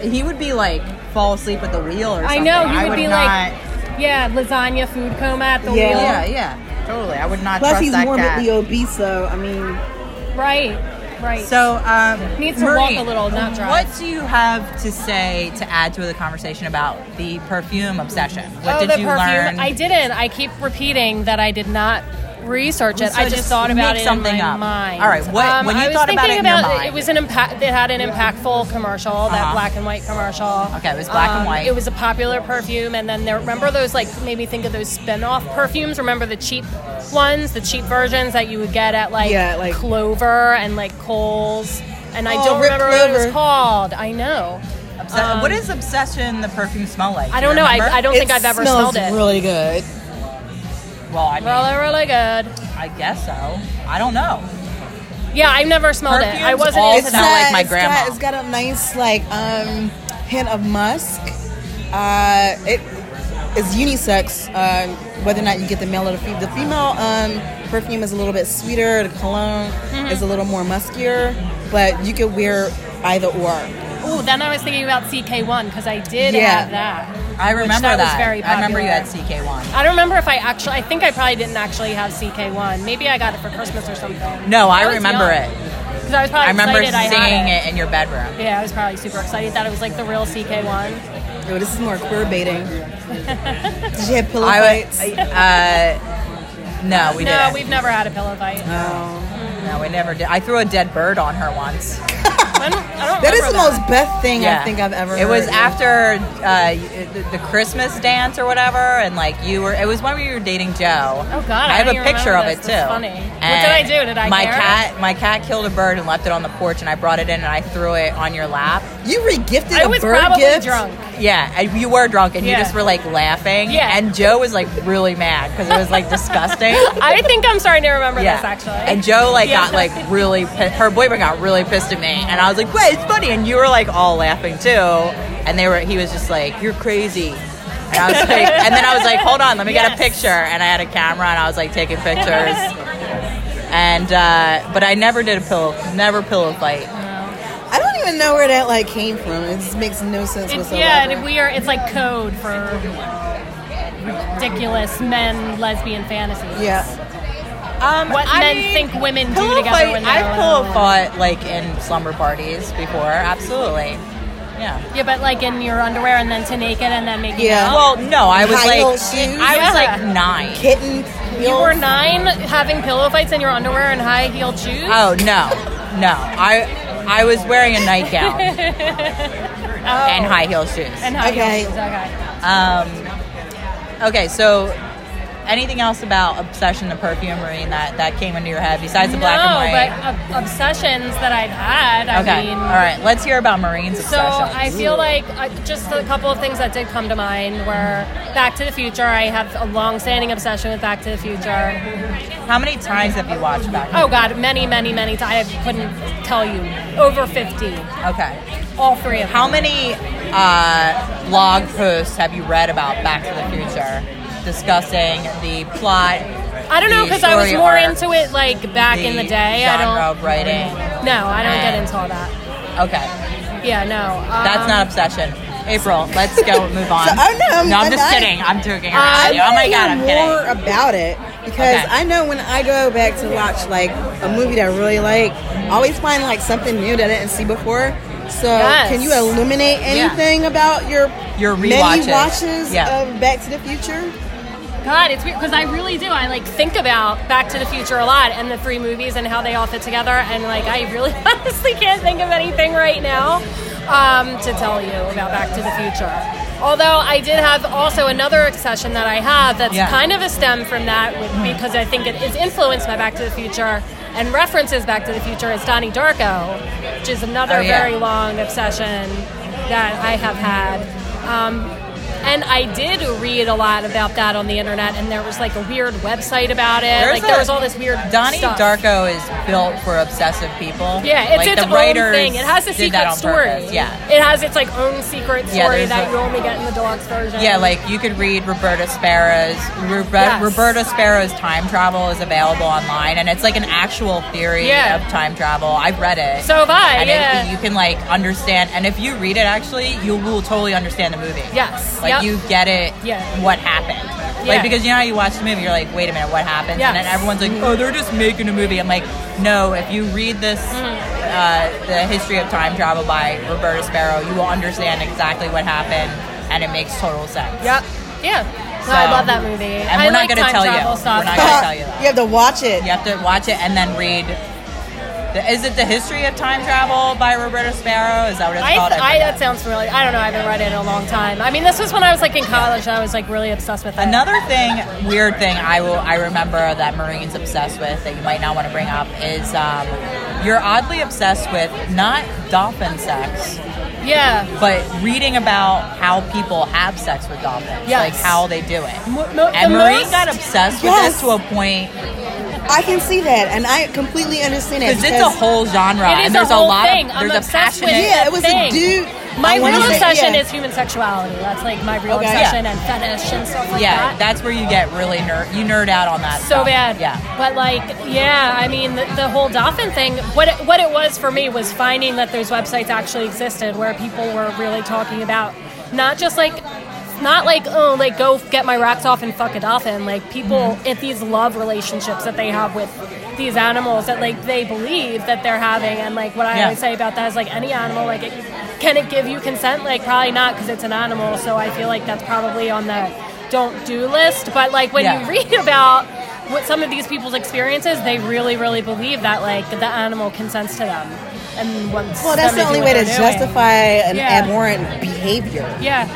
E: Is, he would be like fall asleep at the wheel or
C: I
E: something.
C: know, he would be
E: not-
C: like, yeah, lasagna food coma at the
D: Yeah.
E: yeah, yeah, totally. I would not
D: Plus,
E: trust
D: he's
E: that
D: morbidly
E: cat.
D: obese, so I mean,
C: wheel. Right, right.
E: So um,
C: Needs to
E: Marie,
C: walk a little, not drive.
E: What do you have to say to add to the conversation about the perfume obsession? What
C: oh,
E: did
C: the
E: you
C: perfume.
E: learn?
C: I didn't. I keep repeating that I did not research it.
E: So
C: I just,
E: just
C: thought about
E: make
C: it in
E: something
C: my
E: up.
C: mind. Um,
E: All right, what- when you
C: I was
E: thought about
C: thinking
E: it in your
C: about
E: mind.
C: it was an impact. It had an impactful commercial, that
E: Uh-huh.
C: black and white commercial. Um,
E: Okay, it was black and white.
C: It was a popular perfume, and then there. Remember those like made me think of those spin-off perfumes. Remember the cheap ones, the cheap versions that you would get at like,
D: Yeah, like-
C: Clover and like Kohl's. And I
D: Oh,
C: don't
D: Rip
C: remember what it was
D: Clover.
C: called. I know.
E: So what is obsession? The perfume smell like?
C: Um, I
E: Do
C: don't
E: you
C: know. I,
E: remember?
C: I don't think
D: it
C: I've ever
D: smells
C: smelled it.
D: really good.
E: Well, I mean,
C: Really, really good.
E: I guess so. I don't know.
C: Yeah, I've never smelled it. I
E: Perfumes
C: wasn't
E: all
C: into
E: smell
C: that.
E: like my
D: it's
E: grandma.
D: Got, it's got a nice like um hint of musk. Uh, it is unisex, um, whether or not you get the male or the female. The female um, perfume is a little bit sweeter. The cologne is a little more muskier, but you could wear either or.
C: Ooh, then I was thinking about CK1 because I did
D: Yeah.
C: have that.
E: I remember
C: that
E: that.
C: was very
E: I remember you had
C: popular.
E: CK1.
C: I don't remember if I actually. I think I probably didn't actually have CK1. Maybe I got it for Christmas or something.
E: No, I remember it.
C: because I was probably
E: I remember
C: excited I
E: seeing
C: had
E: it. in your bedroom.
C: Yeah, I was probably super excited that it was like the real CK1.
D: Yo, Oh, this is more queer baiting. Did you have pillow
E: I
D: fights?
E: was. Uh, no, we
C: no,
E: didn't.
C: we've never had a pillow fight.
D: Oh.
E: No, we never did. I threw a dead bird on her once.
C: I don't, I don't
D: That is
C: remember
D: the most Beth thing I think I've ever.
E: It was
D: heard.
E: after uh, the, the Christmas dance or whatever, and like you were. It was when we were dating Joe.
C: Oh, God, I
E: I have
C: don't
E: a
C: even
E: picture of
C: remember
E: it
C: this.
E: too.
C: That's funny. What did
E: And
C: I do? Did I
E: My
C: care?
E: cat, my cat killed a bird and left it on the porch, and I brought it in and I threw it on your lap.
D: You re-gifted
C: I
D: a
C: was
D: bird
C: probably
D: gift.
C: drunk.
E: Yeah, and you were drunk, and
C: Yeah.
E: you just were like laughing.
C: Yeah.
E: and Joe was like really mad because it was like disgusting.
C: I think I'm starting to remember this actually.
E: And Joe like
C: Yeah.
E: got like really pi- her boyfriend got really pissed at me, and I was like, "Wait, it's funny," and you were like all laughing too, and they were he was just like, "You're crazy." And I was like, and then I was like, "Hold on, let me get
C: Yes.
E: a picture." And I had a camera, and I was like taking pictures. And uh, but I never did a pillow, never pillow fight.
D: I don't even know where that like came from. It just makes no sense
C: It's,
D: whatsoever.
C: yeah, and we are. It's like code for ridiculous men lesbian fantasies.
D: Yeah.
E: Um,
C: What
E: I
C: men
E: mean,
C: think women do
E: pillow
C: together
E: fight,
C: when they're
E: I pillow
C: alone.
E: fought like in slumber parties before, absolutely. Yeah.
C: Yeah, but like in your underwear and then to naked and then making
D: Yeah.
C: out.
E: Well, no, I was
D: High
E: like,
D: heel shoes?
E: I was
C: Yeah.
E: like nine.
D: Kitten.
C: You were nine having pillow fights in your underwear and high heeled shoes.
E: Oh no, no. I I was wearing a nightgown and high heel shoes.
C: and high
D: Okay.
C: heeled shoes. Okay.
E: Um, okay, so anything else about obsession to perfume, Marine? That that came into your head besides the black and white?
C: no, but ob- obsessions that I've had. I
E: okay,
C: mean,
E: all right. Let's hear about Marine's
C: So
E: obsession.
C: I feel like uh, just a couple of things that did come to mind were Back to the Future. I have a long-standing obsession with Back to the Future.
E: How many times have you watched Back?
C: Oh God, many, many, many times. I couldn't tell you. Over fifty,
E: Okay.
C: all three of them.
E: How many uh, blog posts have you read about Back to the Future, discussing the plot?
C: I don't know
E: the
C: because I was
E: story
C: more
E: arc,
C: into it like back in the day. I
E: genre
C: don't.
E: of writing.
C: No, I don't get
E: and-
C: into all that.
E: Okay,
C: Yeah, no. Um,
E: that's not obsession. April, let's go move on.
D: So- oh, no, I'm-
E: no, I'm
D: I'm
E: just
D: not-
E: kidding. I'm joking
D: I
E: around. you. Oh my
D: wanna
E: god, I'm
D: hear
E: kidding.
D: more about it because
E: Okay.
D: I know when I go back to watch like a movie that I really like, I always find like something new that I didn't see before. So
C: Yes.
D: can you eliminate
E: Yeah.
D: anything about your
E: Your
D: many
E: rewatches.
D: watches
E: Yeah.
D: of Back to the Future?
C: God, it's weird because I really do. I like think about Back to the Future a lot and the three movies and how they all fit together. And like, I really honestly can't think of anything right now um, to tell you about Back to the Future. Although I did have also another obsession that I have that's
E: Yeah.
C: kind of a stem from that with, because I think it is influenced by Back to the Future and references Back to the Future is Donnie Darko, which is another
E: Oh, yeah.
C: very long obsession that I have had. Um, and I did read a lot about that on the internet, and there was like a weird website about it. like there
E: a-
C: was all this weird
E: Donnie
C: stuff.
E: Darko is built for obsessive people.
C: Yeah, it's
E: like,
C: its
E: the writers
C: own thing. It has a
E: did
C: secret
E: that on
C: story.
E: purpose. Yeah.
C: it has its like own secret
E: Yeah,
C: story
E: there's
C: that
E: a-
C: you only get in the deluxe version.
E: Yeah, like you could read Roberta Sparrow's Robe-
C: Yes.
E: Roberta Sparrow's time travel is available online, and it's like an actual theory
C: Yeah.
E: of time travel. I've read it.
C: So have I,
E: And
C: yeah.
E: it, you can like understand, and if you read it, actually, you will totally understand the movie.
C: Yes,
E: like
C: yep.
E: you get it.
C: Yeah.
E: what happened?
C: Yeah.
E: Like because you know how you watch the movie, you're like, wait a minute, what happened?
C: Yes.
E: And then everyone's like, oh, they're just making a movie. I'm like, no, if you read this,
C: Mm-hmm.
E: uh, the history of time travel by Roberta Sparrow, you will understand exactly what happened, and it makes total sense.
C: yep, yeah. No, I
E: So-
C: love that movie.
E: And
C: I
E: we're not
C: like
E: gonna
C: time
E: tell you.
C: travel
E: We're
C: Stuff.
E: not gonna- I tell you that.
D: have to watch it.
E: You have to watch it and then read. The, is it the history of time travel by Roberta Sparrow? Is that what it's
C: I,
E: called?
C: th- I,
E: forget.
C: that sounds familiar. I don't know. I haven't read it in a long time. I mean, this was when I was like in college. I was like really obsessed with it.
E: Another thing, weird thing I will I remember that Marines obsessed with that you might not want to bring up is um, you're oddly obsessed with not dolphin sex,
C: Yeah.
E: but reading about how people have sex with dolphins,
C: Yes.
E: like how they do it.
C: Mo- mo-
E: and
C: the
E: Marine
C: most-
E: got obsessed with
D: Yes.
E: this to a point
D: I can see that, and I completely understand it
E: because it's a whole genre
C: It is
E: and there's
C: a
E: a,
C: whole
E: lot
C: thing.
E: of
C: I'm
E: there's a
C: obsessed with
E: passionate
D: yeah, it was
C: thing.
D: a dude
C: My
D: I wanna
C: real
D: say-
C: obsession
D: yeah.
C: is human sexuality. That's like my real
D: Okay.
C: obsession and fetish and stuff like
E: yeah,
C: that.
E: that's where you get really nerd. You nerd out on that.
C: so
E: stuff.
C: bad.
E: Yeah.
C: But like, yeah, I mean, the, the whole dolphin thing. What it, what it was for me was finding that those websites actually existed where people were really talking about not just like. Not like oh, like go get my rocks off and fuck a dolphin. Like people
E: Mm-hmm.
C: at these love relationships that they have with these animals that like they believe that they're having, and like what I
E: Yeah.
C: always say about that is like any animal, like it, can it give you consent? Like probably not because it's an animal. So I feel like that's probably on the don't do list. But like when
E: Yeah.
C: you read read about what some of these people's experiences, they really, really believe that like the animal consents to them, and wants
D: Well, that's
C: them
D: the
C: to
D: only
C: do
D: way
C: what
D: to
C: they're doing.
D: justify an
C: Yeah.
D: abhorrent behavior.
C: Yeah.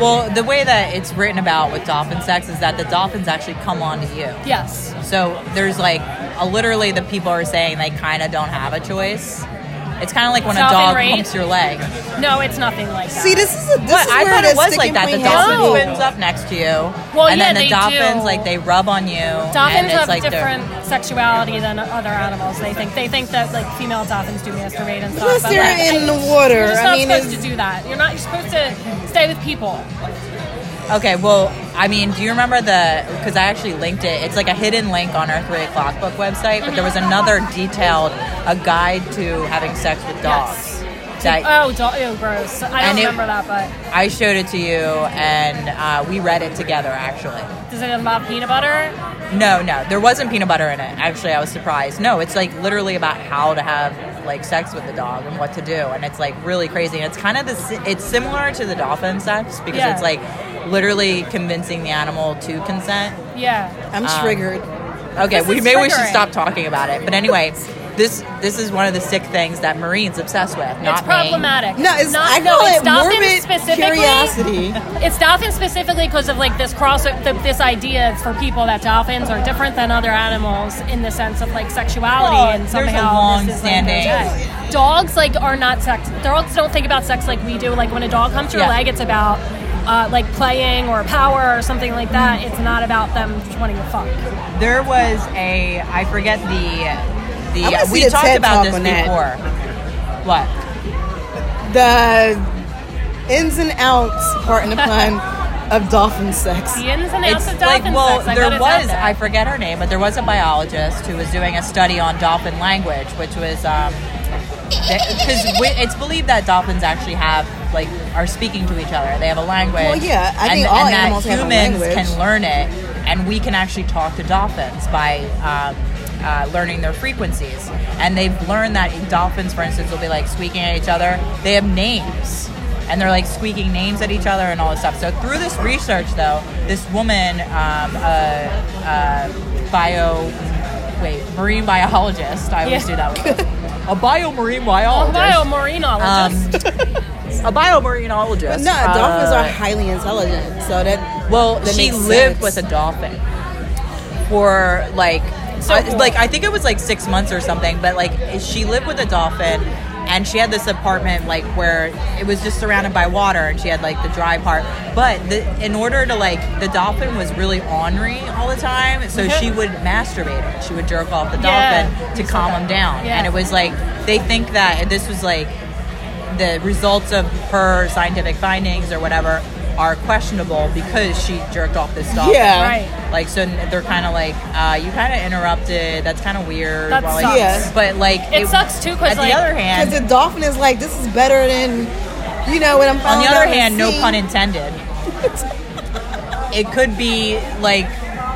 E: Well, the way that it's written about with dolphin sex is that the dolphins actually come onto you.
C: Yes.
E: So there's like a, literally the people are saying they kind of don't have a choice. It's kind of like when
C: Dolphin
E: a dog
C: rape?
E: humps your leg.
C: No, it's nothing like that.
D: See, this is a, this
E: But
D: is
E: I
D: where
E: thought
D: the
E: it was like
D: sticking
E: that. The
D: point has to
E: dolphin
D: be.
E: swims up next to you,
C: Well,
E: and
C: yeah,
E: then the
C: they
E: dolphins
C: do.
E: like they rub on you. and
C: Dolphins
E: it's
C: have
E: like they're-
C: different sexuality than other animals. They think they think that like female dolphins do masturbate and stuff.
D: Plus,
C: but,
D: they're
C: like,
D: in the water.
C: You're just
D: I
C: not
D: mean,
C: supposed
D: it's-
C: to do that. You're not. You're supposed to stay with people.
E: Okay, well, I mean, do you remember the? Because I actually linked it. It's like a hidden link on our three o'clock book website, but there was
C: Mm-hmm.
E: another detailed a guide to having sex with dogs. That
C: Oh, do- oh, gross. I
E: And
C: don't
E: it-
C: remember that,
E: I showed it to you, and uh, we read it together. Actually,
C: but does it involve peanut butter?
E: no, no, there wasn't peanut butter in it. Actually, I was surprised. No, it's like literally about how to have like sex with the dog and what to do, and it's like really crazy. And it's kind of the si- it's similar to the dolphin sex because
C: Yeah.
E: it's like literally convincing the animal to consent.
C: Yeah.
D: I'm
E: um,
D: triggered.
E: Okay,
C: This
E: we
C: is
E: maybe we should
C: triggering.
E: stop talking about it. But anyway, this this is one of the sick things that Marines obsess with. Not
C: it's
E: me.
C: problematic.
D: No, it's
C: not,
D: I
C: no,
D: call
C: it's
D: it
C: dolphins
D: morbid
C: specifically.
D: curiosity.
C: It's dolphins specifically because of like this cross, th- this idea for people that dolphins are different than other animals in the sense of like sexuality
E: Well,
C: and
E: there's
C: somehow
E: a long
C: this is,
E: standing-
C: Like, okay. dogs like are not sex. Dogs don't think about sex like we do. Like when a dog comes to your
E: Yeah.
C: leg, it's about uh, like playing or power or something like
E: Mm.
C: that. It's not about them wanting to fuck.
E: There was a I forget the
D: I wanna
E: the
D: see
E: we
D: the
E: talked
D: TED
E: about
D: talk
E: this
D: on that.
E: before. What?
D: The ins and outs, pardon the pun, of dolphin sex.
C: The ins and outs of dolphin
E: well,
C: sex. I
E: there
C: bet it's out
E: was
C: there.
E: I forget her name, but there was a biologist who was doing a study on dolphin language, which was um because it's believed that dolphins actually have like are speaking to each other. They have a language.
D: Well, yeah, I think
E: and,
D: all
E: and
D: animals
E: that
D: have a
E: humans
D: language.
E: can learn it, and we can actually talk to dolphins by. Um, uh, learning their frequencies, and they've learned that dolphins, for instance, will be like squeaking at each other. They have names, and they're like squeaking names at each other and all this stuff. So through this research, though, this woman, um, a, a bio, wait, marine biologist. I always
C: Yeah.
E: do that. One. A biomarine biologist.
C: Ohio marinologist.
E: Um, a biomarinologist.
D: But no, dolphins
E: Uh,
D: are highly intelligent, so that
E: Well,
D: that
E: she
D: makes
E: lived
D: sense.
E: with a dolphin for like,
C: So
E: I,
C: cool.
E: like I think it was like six months or something. But like, she lived with a dolphin, and she had this apartment like where it was just surrounded by water, and she had like the dry part. But the, in order to like, the dolphin was really ornery all the time, so she would masturbate. Her. She would jerk off the
C: Yeah.
E: dolphin to calm him down,
C: Yeah.
E: and it was like they think that and this was like the results of her scientific findings or whatever are questionable because she jerked off this dog.
D: Yeah.
C: Right.
E: Like so, they're kind of like, uh, you kind of interrupted. That's kind of weird.
C: That
E: Well, like-
C: sucks.
D: Yeah.
E: But like,
C: It sucks, too, 'cause,
E: at
C: like-
E: the other
D: because
E: hand,
D: the dolphin is like, this is better than you know what I'm.
E: on the
D: finding
E: other
D: out in
E: hand, no
D: sea.
E: pun intended. it could be like.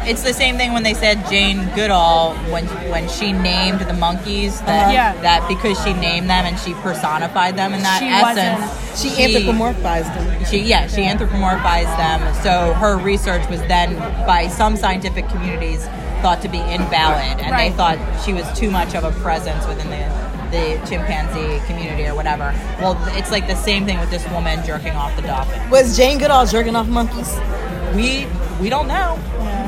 E: It's the same thing when they said Jane Goodall when when she named the monkeys that
C: Uh-huh. Yeah.
E: that because she named them and she personified them in that
C: She
E: essence.
D: She anthropomorphized them.
E: She yeah, she anthropomorphized them. So her research was then by some scientific communities thought to be invalid and
C: Right.
E: they thought she was too much of a presence within the the chimpanzee community or whatever. Well, it's like the same thing with this woman jerking off the dolphin.
D: Was Jane Goodall jerking off monkeys?
E: We we don't know.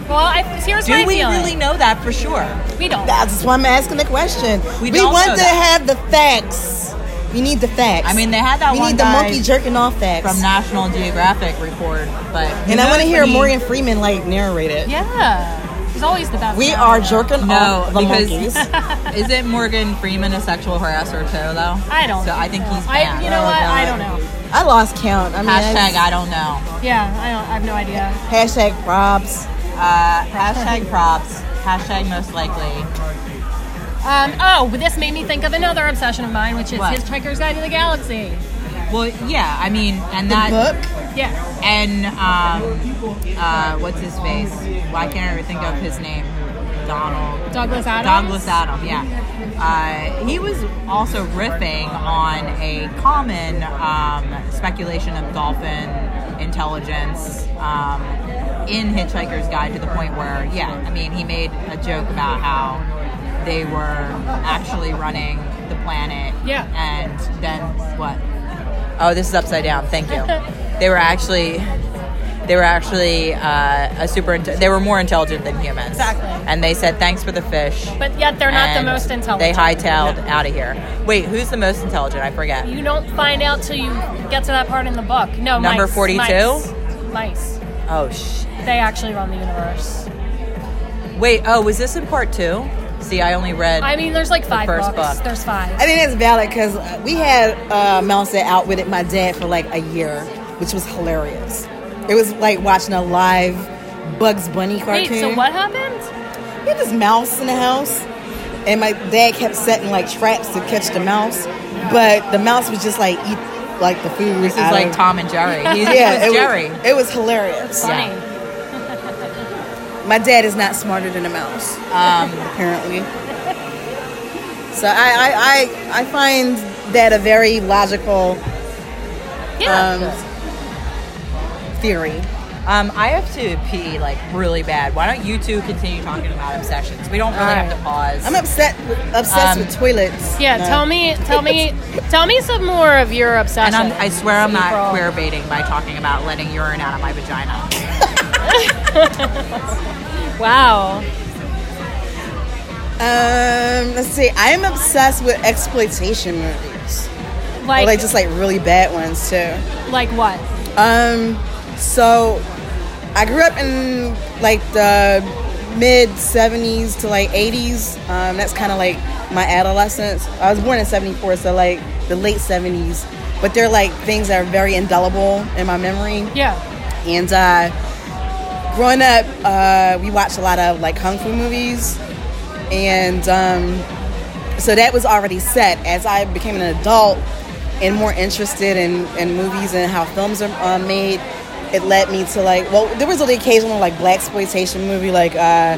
C: well, I, here's
E: Do
C: my
E: we
C: feeling.
E: really know that for sure?
C: we don't.
D: That's why I'm asking the question.
E: We
D: We,
E: don't know
D: want to
E: that.
D: have the facts. We need the facts.
E: I mean, they had that
D: we
E: one
D: need the
E: guy
D: monkey jerking off facts.
E: from National Geographic report, but who
D: and I want
E: knows
D: to hear
E: when he-
D: Morgan Freeman like narrate it.
C: Yeah. He's always the best.
D: We
C: guy.
D: are jerking
E: No,
D: off the
E: because
D: monkeys.
E: isn't Morgan Freeman a sexual harasser too, though?
C: I don't.
E: So I think
C: know.
E: he's.
C: I,
E: banned.
C: you know
D: Oh,
C: what? I
D: God.
C: don't know.
D: I lost count. I mean,
E: Hashtag
D: I
E: I don't know.
C: Yeah, I, don't, I have no idea.
D: hashtag props.
E: Uh, hashtag props. Hashtag most likely.
C: Um, oh, this made me think of another obsession of mine, which is
E: What?
C: his Hitchhiker's Guide to the Galaxy.
E: Well, yeah. I mean, and
D: The
E: that
D: book.
C: Yeah.
E: and um, uh, what's his face? Why can't I ever think of his name? Donald.
C: Douglas Adams.
E: Douglas Adam, yeah. Uh, he was also riffing on a common um, speculation of dolphin intelligence um, in Hitchhiker's Guide to the point where, yeah, I mean, he made a joke about how they were actually running the planet.
C: Yeah.
E: And then what? Oh, this is upside down. Thank you. they were actually. They were actually uh, a super. Inte- they were more intelligent than humans.
C: Exactly.
E: And they said, "Thanks for the fish."
C: But yet they're not the
E: and
C: most intelligent.
E: They hightailed out of here. Wait, who's the most intelligent? I forget.
C: You don't find out till you get to that part in the book. No,
E: Number
C: mice,
E: 42?
C: Mice. Mice.
E: Oh sh.
C: They actually run the universe.
E: Wait. Oh, was this in part two? See, I only read.
C: I mean, there's like five
E: first
C: books.
E: book.
C: There's five.
D: I think that's valid because we had uh, Mouse that outwitted my dad for like a year, which was hilarious. It was like watching a live Bugs Bunny
C: Wait,
D: cartoon.
C: so what happened?
D: We had this mouse in the house, and my dad kept setting like traps to catch the mouse, but the mouse was just like eat like the food.
E: this is like Tom and Jerry. He,
D: Yeah,
E: he was
D: it
E: Jerry.
D: was, it was hilarious.
C: Funny.
D: My dad is not smarter than a mouse, um, apparently. So I, I, I, I find that a very logical um,
C: Yeah.
D: theory.
E: Um, I have to pee like really bad. Why don't you two continue talking about obsessions? We don't really have to pause.
D: I'm upset,
E: Um,
D: obsessed with toilets.
C: yeah.
D: No.
C: Tell me. Tell me. tell me some more of your
E: and
C: obsession.
E: I'm, I swear I'm not
C: April.
E: queer baiting by talking about letting urine out of my vagina.
C: Wow.
D: Um, let's see. I am obsessed with exploitation movies,
C: Like,
D: or like
C: like,
D: just like really bad ones too.
C: what?
D: Um, so I grew up in like the mid 70s to like 80s. Um, that's kind of like my adolescence. I was born in 74, so like the late 70s. But they're like things that are very indelible in my memory.
C: Yeah.
D: And uh, growing up, uh, we watched a lot of like kung fu movies, and um, so that was already set. As I became an adult and more interested in, in movies and how films are uh, made, it led me to like well, there was the occasional like black exploitation movie like uh,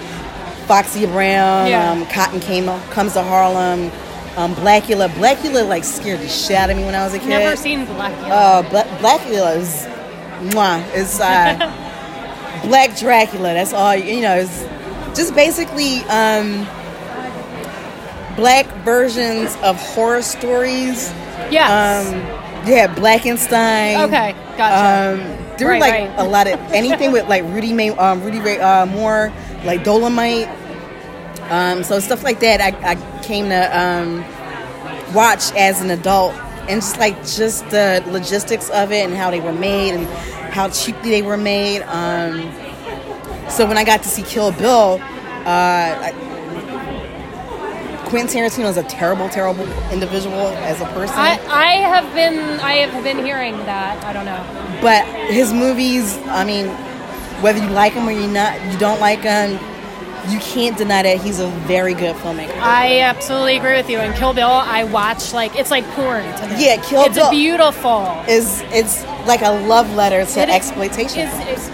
D: Foxy Brown,
C: Yeah.
D: um, Cotton came comes to Harlem. Um, Blackula, Blackula like scared the shit out of me when I was a kid.
C: Never seen Black. Yellow.
D: Uh, Bla- Black Lila's, mwah, is uh, Black Dracula. That's all you know. It's just basically um, black versions of horror stories.
C: yes.
D: Um, yeah, Blackenstein.
C: okay. Gotcha.
D: Um, there were
C: Right,
D: like
C: right.
D: a lot of anything with like Rudy May, um, Rudy Ray, uh, Moore, like Dolomite. Um, so stuff like that, I, I came to um, watch as an adult, and just like just the logistics of it and how they were made and how cheaply they were made. Um, so when I got to see Kill Bill, uh, I, Quentin Tarantino is a terrible, terrible individual as a person.
C: I, I have been I have been hearing that I don't know
D: But his movies, I mean, whether you like him or you not, you don't like him, you can't deny that he's a very good filmmaker.
C: I absolutely agree with you and Kill Bill I watch like it's like porn to me
D: Yeah, Kill
C: it's
D: Bill-
C: beautiful
D: Is it's like a love letter to
C: It is-
D: exploitation.
C: It's- it's-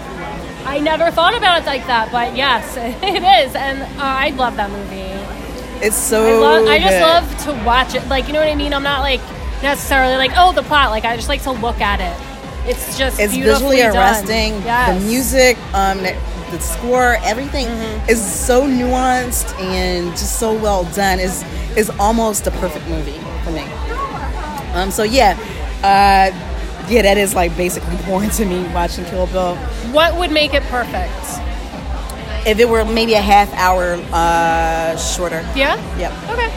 C: I never thought about it like that but yes it is and uh, I love that movie
D: it's so.
C: I love I just
D: good.
C: love to watch it like you know what I mean I'm not like necessarily like oh the plot like I just like to look at it it's just
D: It's
C: beautifully
D: visually
C: done.
D: arresting.
C: yes.
D: The music, um, the, the score, everything
C: Mm-hmm.
D: is so nuanced and just so well done. Is is almost the perfect movie for me. Um, so yeah, uh, yeah, that is like basically porn to me watching Kill Bill.
C: what would make it perfect
D: If it were maybe a half hour uh, shorter.
C: yeah
D: Yep.
C: okay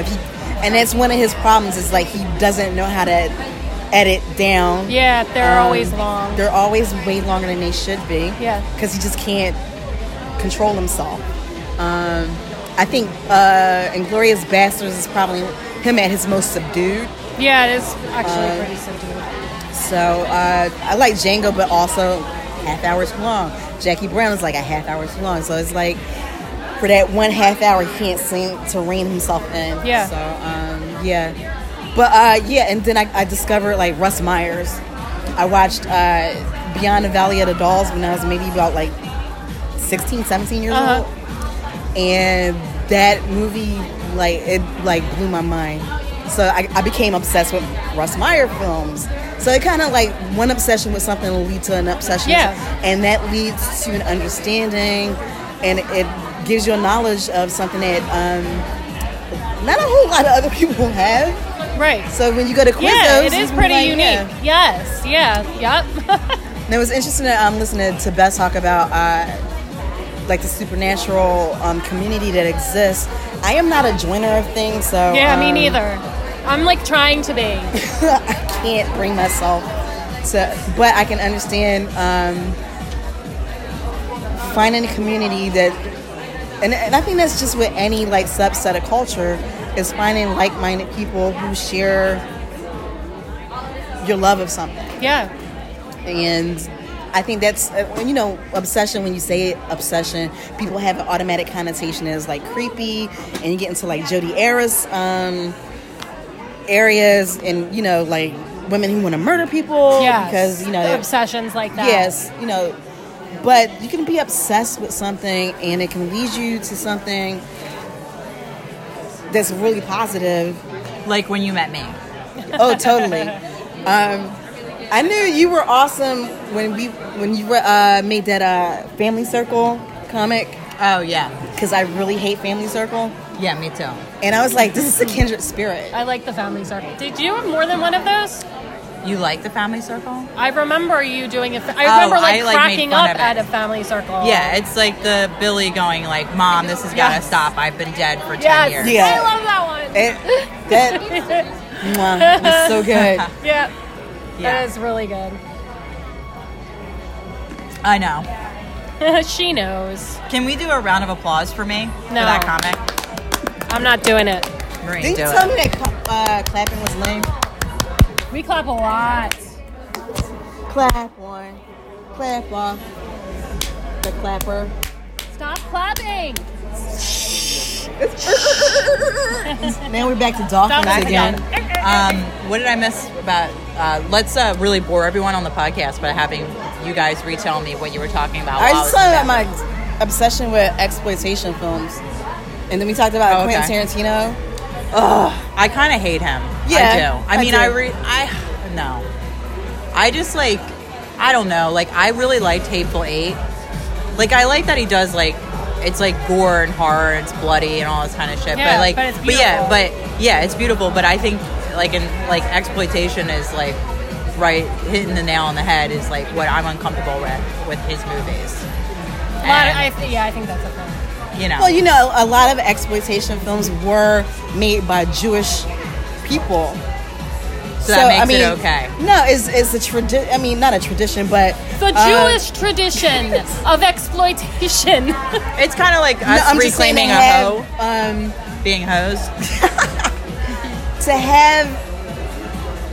D: If he, and that's one of his problems is like he doesn't know how to edit down.
C: yeah they're
D: Um,
C: always long
D: They're always way longer than they should be.
C: Yeah.
D: Because he just can't control himself. Um, I think uh, Inglorious Bastards is probably him at his most subdued.
E: uh,
C: Yeah, it is actually pretty subdued.
D: So uh, I like Django, but also half hours too long. Jackie Brown is like a half hour too long. So it's like for that one half hour, he can't seem to rein himself in.
C: Yeah.
D: So um, yeah, but uh, yeah, and then I, I discovered like Russ Myers. I watched uh, Beyond the Valley of the Dolls when I was maybe about like 16, 17 years
C: Uh-huh.
D: old, and that movie like it like blew my mind. So I, I became obsessed with Russ Meyer films. So it kind of like one obsession with something will lead to an obsession,
C: Yeah.
D: and that leads to an understanding, and it gives you a knowledge of something that um, not a whole lot of other people have.
C: Right.
D: So when you go to Quiznos,
C: yeah, it
D: you
C: is
D: can be
C: pretty
D: like,
C: unique.
D: yeah.
C: Yes. Yeah. Yep.
D: And it was interesting to um, listen to, to Beth talk about uh, like the supernatural um, community that exists. I am not a joiner of things, so
C: yeah. Me
D: um,
C: neither. I'm like trying to be.
D: I can't bring myself to, but I can understand um, finding a community that, and, and I think that's just with any like subset of culture is finding like-minded people who share your love of something.
C: Yeah.
D: And I think that's, uh, when you know, obsession, when you say it, obsession, people have an automatic connotation as like creepy, and you get into like Jodi Arias um, areas, and you know, like women who want to murder people
C: Yeah.
D: because, you know, they're-
C: obsessions like that.
D: yes, you know, but you can be obsessed with something and it can lead you to something that's really positive
E: Like when you met me.
D: oh, totally. Um, I knew you were awesome when we when you were, uh, made that uh, Family Circle comic
E: Oh yeah,
D: because I really hate Family Circle,
E: yeah, me too.
D: and I was like, this is a kindred spirit.
C: I like the family circle. Did you have more than one of those?
E: You like the family circle?
C: I remember you doing a. Fa- I
E: Oh,
C: remember like,
E: I, like, made
C: cracking
E: fun
C: up
E: of it.
C: at a family circle.
E: Yeah, it's like the Billy going like, "Mom, this has got to
C: Oh. Yes.
E: stop. I've been dead for ten
C: Yes.
E: years."
D: Yeah.
C: I love that one.
D: It, that mwah, was so good.
C: yeah.
E: Yeah.
C: That is really good.
E: I know.
C: she knows.
E: Can we do a round of applause for me for
C: No.
E: that comment?
C: I'm not doing it.
E: Marie,
D: Didn't
E: do
D: you
E: it.
D: tell me that cla- uh, clapping was lame?
C: We clap a lot.
D: Clap one, clap off. The clapper.
C: Stop clapping.
D: Now we're back to dolphins
C: Dolphins
D: again.
E: Um, what did I miss about? Uh, let's uh, really bore everyone on the podcast by having you guys retell me what you were talking about.
D: I
E: while
D: just
E: was
D: talked about
E: in
D: my obsession with exploitation films, and then we talked about
E: Oh, okay.
D: Quentin Tarantino.
E: that- I kind of hate him.
D: Yeah,
E: I do. I
D: I
E: mean,
D: do.
E: I, re- I no. I just like I don't know. Like I really liked Hateful Eight. Like I like that he does like it's like gore and horror, and it's bloody and all this kind of shit.
C: Yeah,
E: but like,
C: but it's
E: yeah,
C: beautiful.
E: but yeah, it's beautiful. But I think like in like exploitation is like right hitting the nail on the head is like what I'm uncomfortable with with his
C: A
E: movies.
C: lot of- I th- yeah, I think that's a thing.
E: you know.
D: Well, you know, a lot of exploitation films were made by Jewish people.
E: so that makes it okay.
D: No, it's it's a tradition. I mean, not a tradition, but
C: The
D: uh,
C: Jewish tradition of exploitation.
E: It's kind of like
D: no,
E: us
D: I'm just saying
E: reclaiming
D: to
E: a hoe,
D: have, um,
E: being hoes.
D: to have.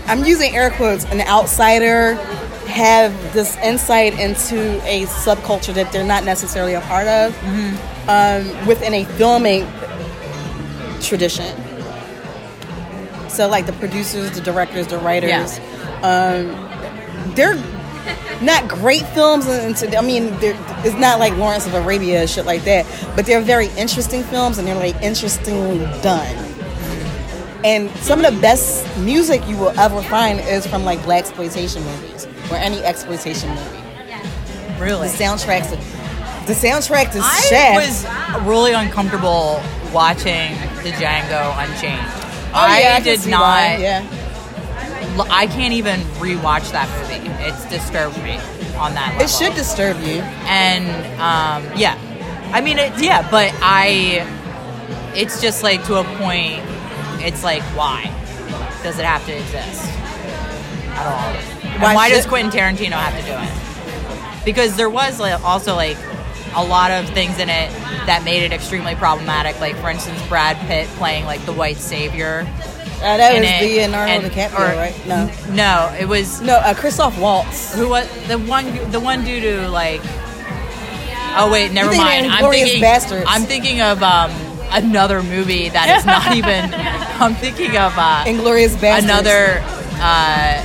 D: I'm using air quotes. An outsider have this insight into a subculture that they're not necessarily a part of um, within a filming tradition. So, like the producers, the directors, the writers, um, they're not great films. And and to, I mean, they're- it's not like Lawrence of Arabia and shit like that, but they're very interesting films and they're like interestingly done. And some of the best music you will ever find is from like black exploitation movies or any exploitation movie. The
E: Really?
D: soundtracks, the soundtrack to
E: I
D: Shaft.
E: was really uncomfortable watching the Django Unchained. oh, I
D: Oh, yeah, can
E: did
D: see
E: not.
D: why, Yeah,
E: l- I can't even rewatch that movie. It's disturbed me on that level.
D: it should disturb you.
E: and um, yeah, I mean, it, yeah, but I, it's just like to a point. It's like, why does it have to exist at all? And Why,
D: Why should-
E: does Quentin Tarantino have to do it? Because there was like, also like a lot of things in it that made it extremely problematic. Like for instance, Brad Pitt playing like the white savior
D: Uh, that
E: in
D: was
E: it,
D: Leonardo
E: and-
D: DiCaprio,
E: or-
D: right? No.
E: no, it was
D: No, uh, Christoph Waltz.
E: who was the one the one dude who like oh wait never
D: You think
E: mind
D: they're
E: i'm
D: Inglorious
E: thinking
D: Bastards.
E: i'm thinking of um another movie that is not even i'm thinking of uh,
D: Inglorious Bastards.
E: another uh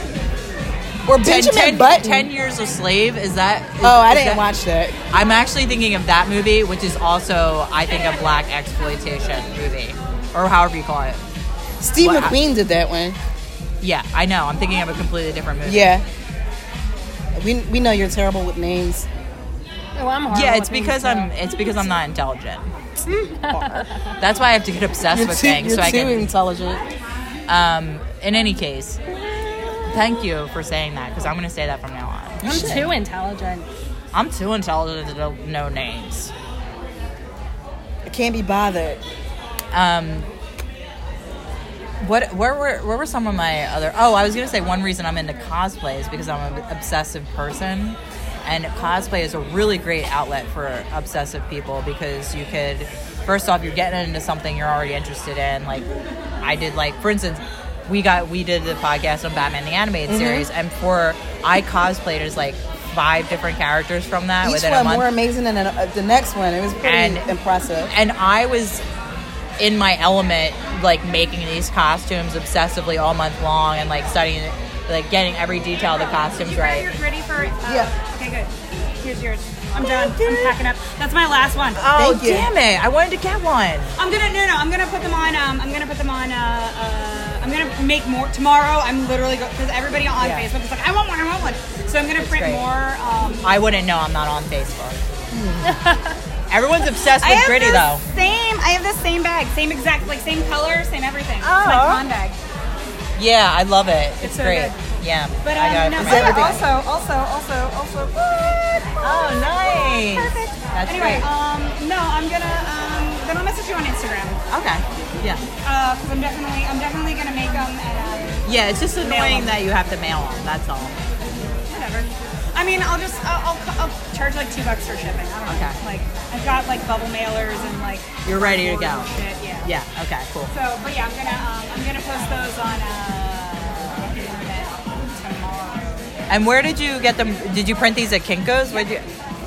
D: Or
E: ten,
D: Benjamin
E: ten,
D: Button.
E: 10 years a slave is that? is-
D: oh, I
E: is
D: didn't
E: that-
D: watch that.
E: i'm actually thinking of that movie which is also i think a black exploitation movie or however you call it
D: Steve
E: What-
D: McQueen did that one.
E: yeah i know i'm thinking of a completely different movie
D: Yeah. We, we know you're terrible with names.
C: Oh, I'm horrible
E: Yeah, it's
C: at these,
E: because
C: so.
E: I'm it's because I'm not intelligent. That's why I have to get obsessed
D: You're
E: with
D: too,
E: things
D: you're
E: so I
D: too
E: can.
D: intelligent.
E: Um, in any case, thank you for saying that because I'm gonna say that from now on.
C: I'm too intelligent.
E: I'm too intelligent to know names.
D: I can't be bothered.
E: Um, what where were where were some of my other? Oh, I was gonna say one reason I'm into cosplay is because I'm an obsessive person, and cosplay is a really great outlet for obsessive people because you could first off you're getting into something you're already interested in. Like I did, like for instance. We got we did the podcast on Batman the animated
D: Mm-hmm.
E: series, and for I cosplayed as like five different characters from that
D: Each
E: within a
D: one
E: month.
D: more amazing than the- uh, the next one. It was pretty
E: And-
D: impressive.
E: and I was in my element, like making these costumes obsessively all month long and like studying, it, like getting every detail of the costumes
J: You
E: right.
J: guys are ready for? Uh,
D: Yeah.
J: Okay, good. Here's yours. I'm done. I'm packing up. That's my last one. Uh,
E: Oh
D: Thank you.
E: damn it! I wanted to get one.
J: I'm gonna no no. I'm gonna put them on. Um, I'm gonna put them on. Uh, uh, I'm gonna make more tomorrow. I'm literally because everybody on
E: Yeah.
J: Facebook is like, I want one. I want one. So I'm gonna print
E: great.
J: more. Um,
E: I wouldn't know. I'm not on Facebook. Everyone's obsessed
J: Hmm. I
E: with
J: have
E: gritty
J: the
E: though.
J: same. I have the same bag, same exact, like same color, same everything. Oh. It's my con bag.
E: Yeah, I love it. It's,
J: so
E: great.
J: good.
E: Yeah,
J: But
E: I got
J: um,
E: it
J: no,
E: from
J: oh, yeah,
E: Amazon.
J: also, also, also, also.
E: Oh, nice.
J: Perfect.
E: That's
J: anyway,
E: great.
J: um, no, I'm gonna. Um, then I'll message you on Instagram.
E: okay. Yeah.
J: because I'm definitely, I'm definitely gonna make them and um,
E: Yeah, it's just annoying
J: annoying
E: that you have to mail them. That's all.
J: whatever. I mean, I'll just, I'll, I'll, I'll charge like two bucks for shipping. I don't know.
E: Okay.
J: Like, I've got like bubble mailers and like.
E: You're ready to go.
J: Shit, yeah.
E: Yeah. Okay. Cool.
J: So, but yeah, I'm gonna, um, I'm gonna post those on uh, the internet tomorrow.
E: And where did you get them? Did you print these at Kinkos? Where'd you,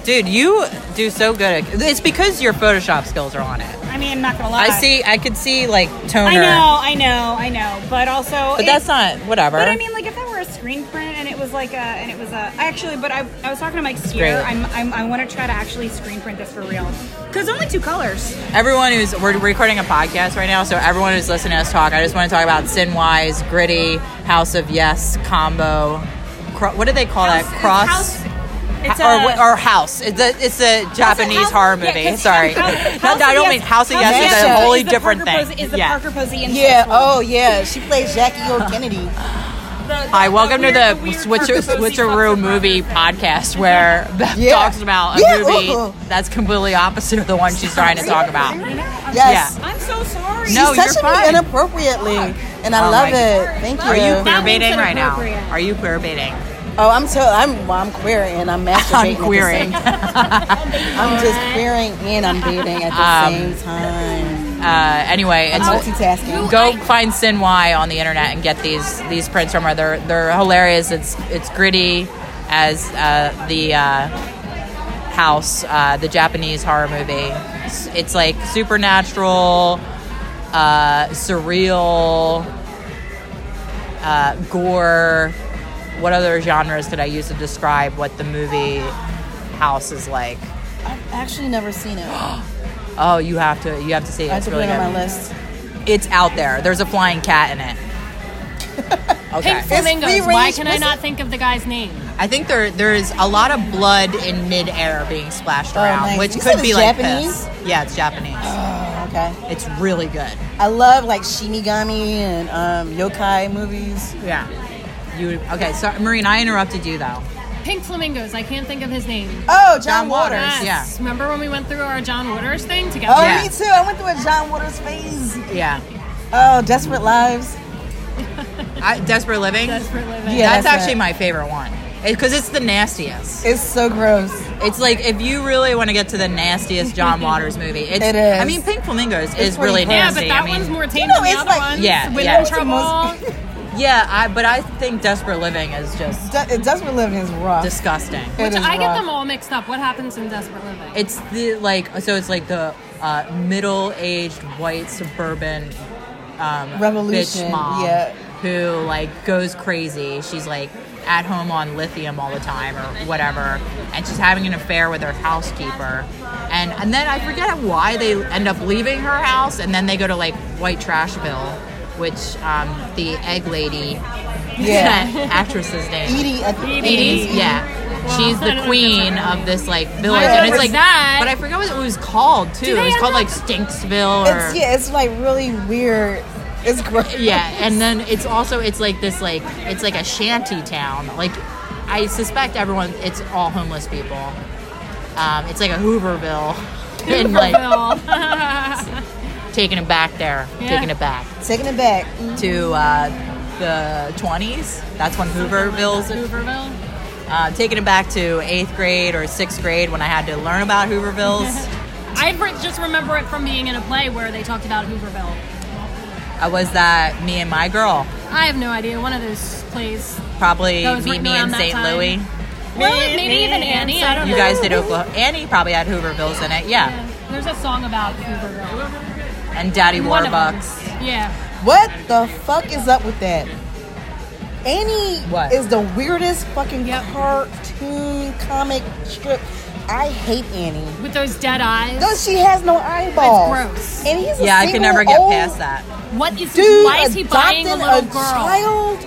E: dude, you do so good. At, it's because your Photoshop skills are on it.
J: I mean, I'm not gonna lie.
E: I see. I could see like toner.
J: I know, I know, I know, but also.
E: But
J: it-
E: that's not whatever.
J: But I mean, like if that were a screen print and it was like a, and it was a, I actually, but I, I was talking to Mike Skier.
E: great.
J: I'm, I'm, I want to try to actually screen print this for real. Cause only two colors.
E: everyone who's we're recording a podcast right now, so everyone who's listening to us talk, I just want to talk about Sinwise, Gritty, House of Yes combo. Cro- what do they call
J: House-
E: that?
J: it's
E: Cross.
J: house- It's
E: or,
J: a-
E: what- or house. It's a, it's a Japanese
J: House-
E: horror
J: yeah,
E: movie.
J: 'cause
E: Sorry,
J: House-
E: no,
J: House
E: no, I don't
J: of
E: mean
J: Yes-
E: House of
J: House
E: Yes is a
J: Yes
E: wholly
J: is the
E: different
J: Parker
E: thing.
J: Posey- Is the
E: yeah.
J: Parker Posey in
D: Yeah. Oh, yeah. She plays Jackie O. Kennedy.
E: Hi, welcome
J: oh. weird-
E: to
J: the
E: the
J: weird
E: Switcher,
J: Parker Posey
E: Switcheroo
J: fucks around
E: movie
J: thing.
E: podcast where Beth
D: Yeah.
E: talks about a
D: Yeah,
E: movie
D: ooh.
E: that's completely opposite of the one she's trying to talk about.
D: Yes.
E: Yeah.
J: I'm so sorry.
E: No,
D: She's
E: you're
D: touching
E: fine.
D: me inappropriately, and I
E: Oh
D: love
E: my
D: it. Thank you.
E: Are you queer
J: That makes
E: baiting
J: it
E: right now?
J: appropriate.
E: Are you queer baiting?
D: Oh, I'm so I'm well, I'm queer and I'm masturbating.
E: I'm
D: at the
E: queering.
D: same- I'm just queering and I'm dating at the same time.
E: Uh, anyway, Um, it's
D: Oh, Multitasking.
E: go find Sin Y on the internet and get these these prints from her. They're they're hilarious. It's it's gritty as uh, the uh, house, uh, the Japanese horror movie. It's, it's like supernatural, uh, surreal, uh, gore. What other genres could I use to describe what the movie house is like?
D: I've actually never seen it. I
E: Oh, you have to you have to see. it.
D: have
E: It's
D: to put
E: really
D: it
E: good.
D: on my list.
E: It's out there. There's a flying cat in it. Okay.
C: Pink flamingos.
D: free
C: Why
D: range-
C: can I
D: listen-
C: not think of the guy's name?
E: I think there there is a lot of blood in midair being splashed
D: Oh,
E: around,
D: nice.
E: which
D: You
E: could
D: said
E: be
D: it's
E: like
D: Japanese?
E: this. Yeah, it's Japanese.
D: Okay.
E: It's really good.
D: I love like Shinigami and um, yokai movies.
E: Yeah. You okay? So, Maureen, I interrupted you though.
C: Pink flamingos. I can't think of his name.
D: Oh, John,
E: John
D: Waters.
E: Waters. yeah.
C: Remember when we went through our John Waters thing together?
D: Oh,
E: Yeah.
D: me too. I went through a John Waters phase.
E: Yeah.
D: Oh, Desperate Lives.
E: I, Desperate Living.
C: Desperate living.
D: Yeah,
E: that's,
D: that's
E: actually
D: it.
E: my favorite one. Because it's the nastiest.
D: It's so gross.
E: It's like if you really want to get to the nastiest John Waters movie, it's,
D: It is.
E: I mean, Pink Flamingos is
D: pretty
E: really
D: gross. Yeah,
E: nasty.
D: but that
E: Oh, I mean,
D: one's more
C: tame
D: than the other ones.
E: Yeah,
D: Women
E: yeah.
D: Trouble.
E: yeah, I, but I think Desperate Living is just
D: De- Desperate Living is rough.
E: disgusting.
C: Which I get them all mixed up. What happens in Desperate Living?
E: It's the like so it's like the uh, middle-aged white suburban um,
D: Revolution,
E: bitch mom
D: yeah.
E: who like goes crazy. She's like at home on lithium all the time or whatever, and she's having an affair with her housekeeper. And and then I forget why they end up leaving her house, and then they go to like White Trashville, which um, the egg lady,
D: Yeah.
E: that actress's name,
D: Edie, I think-
E: Edie's, yeah. She's
C: I
E: the
C: don't
E: queen of this like village,
C: I
E: and
C: remember
E: it's like
C: that.
E: But I forgot what it was called too.
C: Do
E: It
C: they
E: was
C: have
E: called
C: like-
E: like Stinksville or
D: It's yeah, it's like really weird. It's gross.
E: yeah. And then it's also it's like this like it's like a shanty town. Like I suspect everyone, it's all homeless people. Um, it's like a Hooverville, and like taking it back there, taking it back
D: Taking it back.
E: to uh, the twenties. That's when Hooverville's
C: Hooverville.
E: uh, taking it back to eighth grade or sixth grade when I had to learn about Hoovervilles.
C: I re- just remember it from being in a play where they talked about Hooverville.
E: I was that me and my girl,
C: I have no idea. One of those plays.
E: probably
C: That was
E: meet
C: written
E: me
C: around
E: in
C: that
E: St.
C: time.
E: Louis.
C: Well, maybe even Annie. I don't know.
E: You guys did Oklahoma. Annie probably had Hoovervilles in it, yeah.
C: There's a song about Hooverville.
E: And Daddy
C: One of them.
E: Warbucks.
C: Yeah.
D: What the fuck is up with that? Annie
E: What?
D: is the weirdest fucking cartoon comic strip. I hate Annie.
C: With those dead eyes.
D: No, she has no eyeballs.
C: gross.
D: And he's a
E: Yeah, I can
D: single
E: never get
D: old
E: past that.
C: What is?
D: Dude,
C: why is he buying a
D: adopted
C: little girl?
D: child.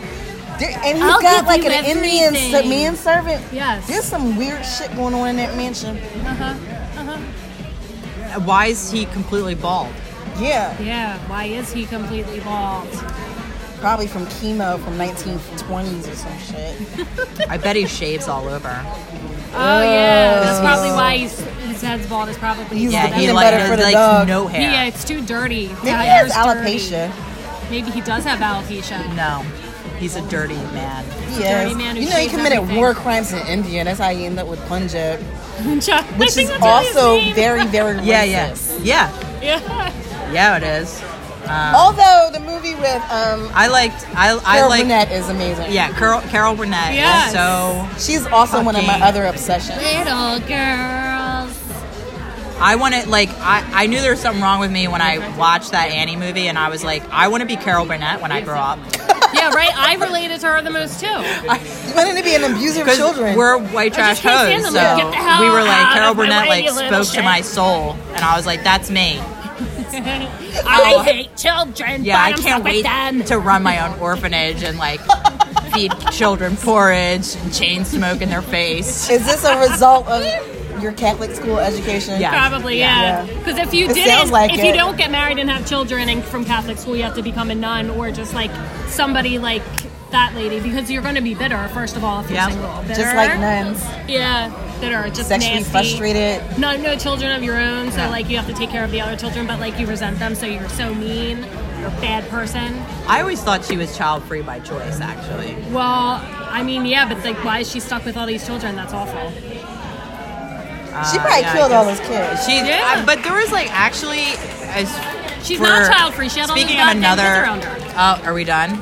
D: There- and he's
C: I'll
D: got
C: give
D: like
C: you
D: an Indian
C: everything.
D: s- manservant.
C: Yes.
D: There's some weird shit going on in that mansion.
C: Uh-huh. Uh-huh.
E: Why is he completely bald?
D: Yeah,
C: Yeah. Why is he completely bald?
D: probably from chemo from 1920s or some shit.
E: I bet he shaves all over.
C: Oh yeah. That's probably why he's, his head's bald. Is probably
D: He's
E: Yeah, he
D: peanut
E: like,
D: butter
E: has,
D: for the
E: like
D: dog.
E: no
C: Yeah.
E: hair.
C: it's too dirty.
D: Maybe
C: Yeah,
D: he has
C: hair's dirty.
D: alopecia.
C: Maybe he does have alopecia.
E: No, he's a dirty man.
D: He has.
C: dirty man who
D: You know, he
C: shaves
D: committed
C: everything.
D: war crimes in India, and that's how he ended up with Punjab,
C: Chuck- I
D: which
C: think
D: is
C: that's what his
D: also
C: name-
D: very, very racist.
E: Yeah, yeah. Yeah,
C: Yeah.
E: yeah, it is. Um,
D: Although the movie with um,
E: I liked, I, I
D: Oh. Carol
E: like,
D: Burnett is amazing.
E: yeah, Carol, Carol Burnett.
C: Yes.
E: Also,
D: She's also one of my
E: Fucking-
D: other obsessions.
C: Little girls.
E: I want to like I, I knew there was something wrong with me when I watched that Annie movie and I was like I want to be Carol Burnett when I grow up
C: Yeah, right. I related to her the most too.
D: Wanting to be an abuser of
E: because
D: children.
E: we're white trash
C: just can't
E: hoes
C: stand
E: so
C: them. Get the hell
E: we were
C: out
E: like Carol
C: of my
E: Burnett
C: way,
E: like
C: you little
E: spoke to my
C: shit.
E: soul and I was like that's me
C: I hate children.
E: yeah I
C: but I'm
E: can't
C: stuck with
E: wait
C: them.
E: to run my own orphanage and like feed children porridge and chain smoke in their face
D: Is this a result of your Catholic school education?
E: Yeah.
C: Probably, yeah. Because if you
D: It
C: didn't,
D: sounds like
C: if
D: it.
C: you don't get married and have children and from Catholic school, you have to become a nun or just like somebody like that lady because you're going to be bitter first of all if you're
E: Yeah.
C: single. Bitter,
D: Just like nuns,
C: Yeah, bitter, just
D: sexually
C: nasty.
D: frustrated.
C: No, no children of your own, so like you have to take care of the other children, but like you resent them, so you're so mean. You're a bad person.
E: I always thought she was child free by choice actually
C: Well, I mean, yeah, but like, why is she stuck with all these children? That's awful.
D: She probably
E: yeah, I
D: killed all those
E: guess.
D: kids.
E: she
C: Yeah.
E: uh, but there was like actually as
C: She's
E: for-
C: not child free. She had all these
E: speaking
C: goddamn
E: of another,
C: kids around her.
E: Oh, are we done?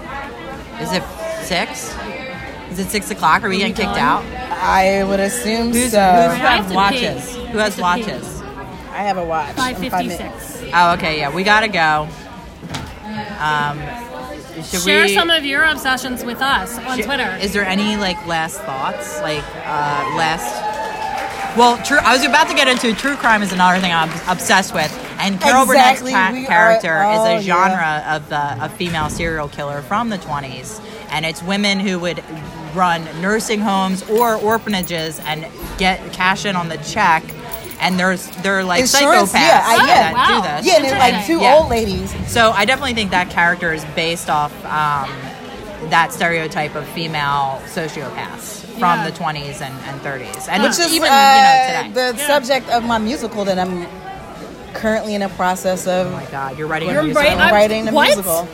E: Is it six? Is it six o'clock? Are we getting kicked
C: done?
E: out?
D: I would assume
E: Who's,
D: so.
E: who's
C: I have
E: has
C: to
E: watches?
C: pee.
E: Who
C: I have
E: has
C: to
E: watches?
D: I have a watch.
C: Five
D: in five
C: fifty
D: minutes.
C: six.
E: Oh, okay, yeah, we gotta go. Um, should
C: Share
E: we?
C: some of your obsessions with us on
E: sh-
C: Twitter.
E: Is there any like last thoughts? Like uh, last. Well, true. I was about to get into true crime is another thing I'm obsessed with, and Carol
D: Exactly,
E: Burnett's
D: we
E: ca-
D: are-
E: character
D: oh,
E: is a
D: yeah.
E: genre of the of female serial killer from the 20s, and it's women who would run nursing homes or orphanages and get cash in on the check, and there's they're like
D: Insurance,
E: psychopaths
D: yeah, I- yeah.
E: that do
C: Wow.
E: this.
D: Yeah, and it's like two
E: Yeah.
D: old ladies.
E: So I definitely think that character is based off um, that stereotype of female sociopaths from
C: Yeah.
E: the 20s and, and 30s, and
D: Which is
E: even
D: uh,
E: you know today.
D: the subject of my musical that I'm currently in the process
E: oh my
D: of
E: God, you're writing a
C: You're
E: musical
C: right, I'm-
D: writing a
C: What?
D: musical.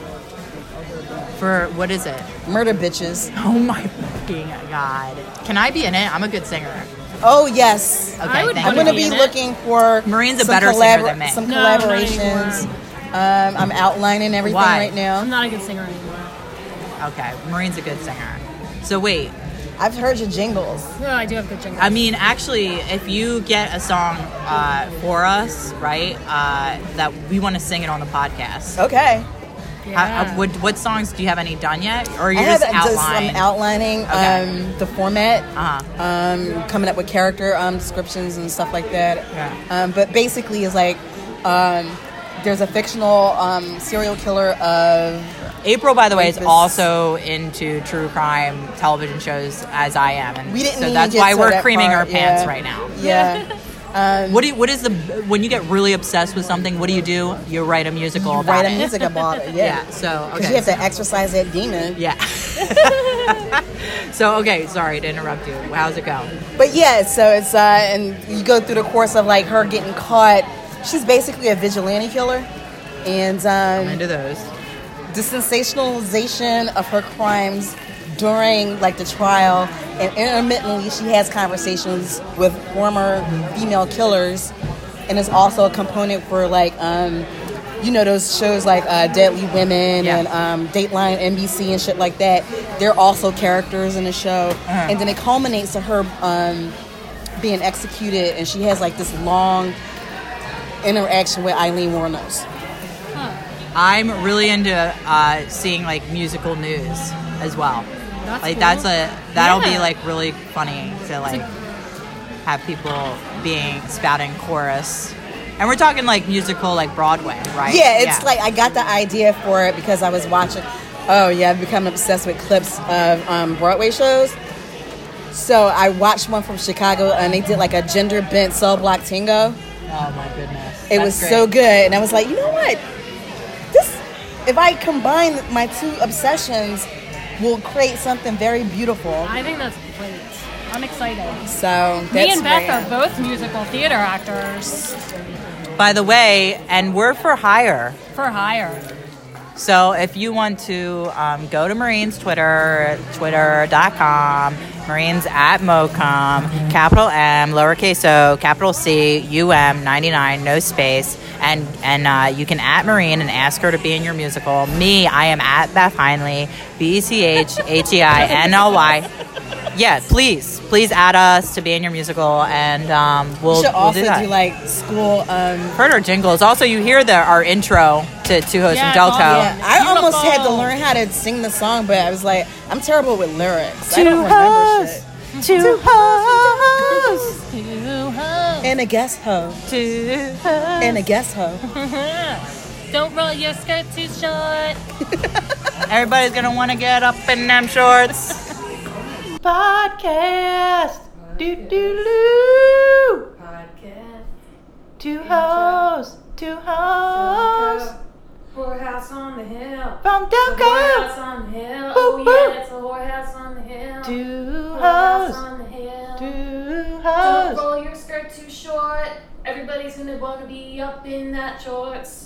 E: for what is it?
D: Murder Bitches.
E: Oh my fucking god. Can I be in it? I'm a good singer.
D: Oh yes.
E: Okay, I would thank
D: I'm
E: you.
D: gonna be
E: in it.
D: looking for
E: Marine's a
D: some
E: better singer than me.
D: Some
E: No,
C: not
D: collaborations. um, I'm outlining everything
E: Why?
D: right now.
C: I'm not a good singer anymore.
E: Okay, Marine's a good singer. So wait,
D: I've heard your jingles.
C: No, I do have good jingles.
E: I mean, actually, if you get a song uh, for us, right, uh, that we want to sing it on the podcast.
D: Okay.
E: How- uh, what, what songs do you have any done yet, or are you
D: I
E: just
D: have um,
E: outline?
D: I'm outlining
E: Okay.
D: um, the format,
E: Uh-huh.
D: um, coming up with character um, descriptions and stuff like that.
E: Yeah.
D: Um, but basically, it's like um, there's a fictional um, serial killer of
E: April, by the way, is
D: Rapist.
E: also into true crime television shows as I am, and
D: we didn't.
E: so
D: even
E: that's
D: get
E: why
D: to
E: we're
D: that
E: creaming
D: part,
E: our pants
D: yeah.
E: right now.
D: Yeah.
E: What do you, what is the when you get really obsessed with something? What do you do? You write a musical about
D: Write a
E: it.
D: music about it. Yeah.
E: Yeah. So
D: Because
E: okay.
D: you have to exercise that demon.
E: yeah. so okay, sorry to interrupt you. How's it go?
D: But yeah, so it's uh, and you go through the course of like her getting caught. She's basically a vigilante killer, and
E: I'm
D: um,
E: into those.
D: the sensationalization of her crimes during like the trial, and intermittently she has conversations with former female killers, and it's also a component for like um, you know those shows like uh, Deadly Women
E: Yeah.
D: and um, Dateline NBC and shit like that. They're also characters in the show, and then it culminates to her. Um, being executed, and she has like this long interaction with Eileen Warnos.
E: I'm really into uh, seeing like musical news as well.
C: That's
E: like
C: cool.
E: that's a that'll be
C: Yeah.
E: like really funny to like have people being spouting chorus. And we're talking like musical like Broadway, right?
D: Yeah, it's like I got the idea for it because I was watching. Oh yeah, I've become obsessed with clips of um, Broadway shows. So I watched one from Chicago, and they did like a gender bent cell block tango.
E: Oh my goodness.
D: It
E: That's
D: was
E: great.
D: so good, and I was like, you know what? This, if I combine my two obsessions, will create something very beautiful.
C: I think that's great. I'm excited.
D: So that's
C: Me and Beth
D: where-
C: are both musical theater actors
E: By the way, and we're for hire.
C: for hire.
E: So if you want to um, go to Marine's Twitter, twitter.com, Marines at MOCOM, capital M, lowercase o, capital C, UM, 99, no space. And, and uh, you can at Marine and ask her to be in your musical. Me, I am at Beth Heinley, B E C H H E I N L Y. Yeah, please, please add us to be in your musical, and um, we'll,
D: You should
E: we'll
D: also
E: do that.
D: do like school. Um,
E: Heard our jingles. Also, you hear the, our intro to Two Hosts
C: Yeah, it's
E: and Delto.
C: awesome.
D: Yeah, I almost had to
C: Beautiful.
D: learn how to sing the song, but I was like, I'm terrible with lyrics. I
A: To
D: don't remember
A: us,
D: shit.
A: to us,
D: And a guest hoe. And a guest hoe.
C: Don't roll your skirt too short.
E: Everybody's gonna want to get up in them shorts.
A: podcast. Do do loo.
B: Podcast.
A: To hoes, to hoes.
B: Whorehouse on the hill.
A: From
B: It's a whorehouse
A: Delco.
B: on the hill.
A: Boop,
B: Oh
A: boop.
B: yeah, it's a whorehouse on the hill.
A: To
B: Whorehouse
A: hoes,
B: on the hill.
A: to
B: Don't
A: hoes.
B: roll your skirt too short. Everybody's gonna wanna be up in that shorts.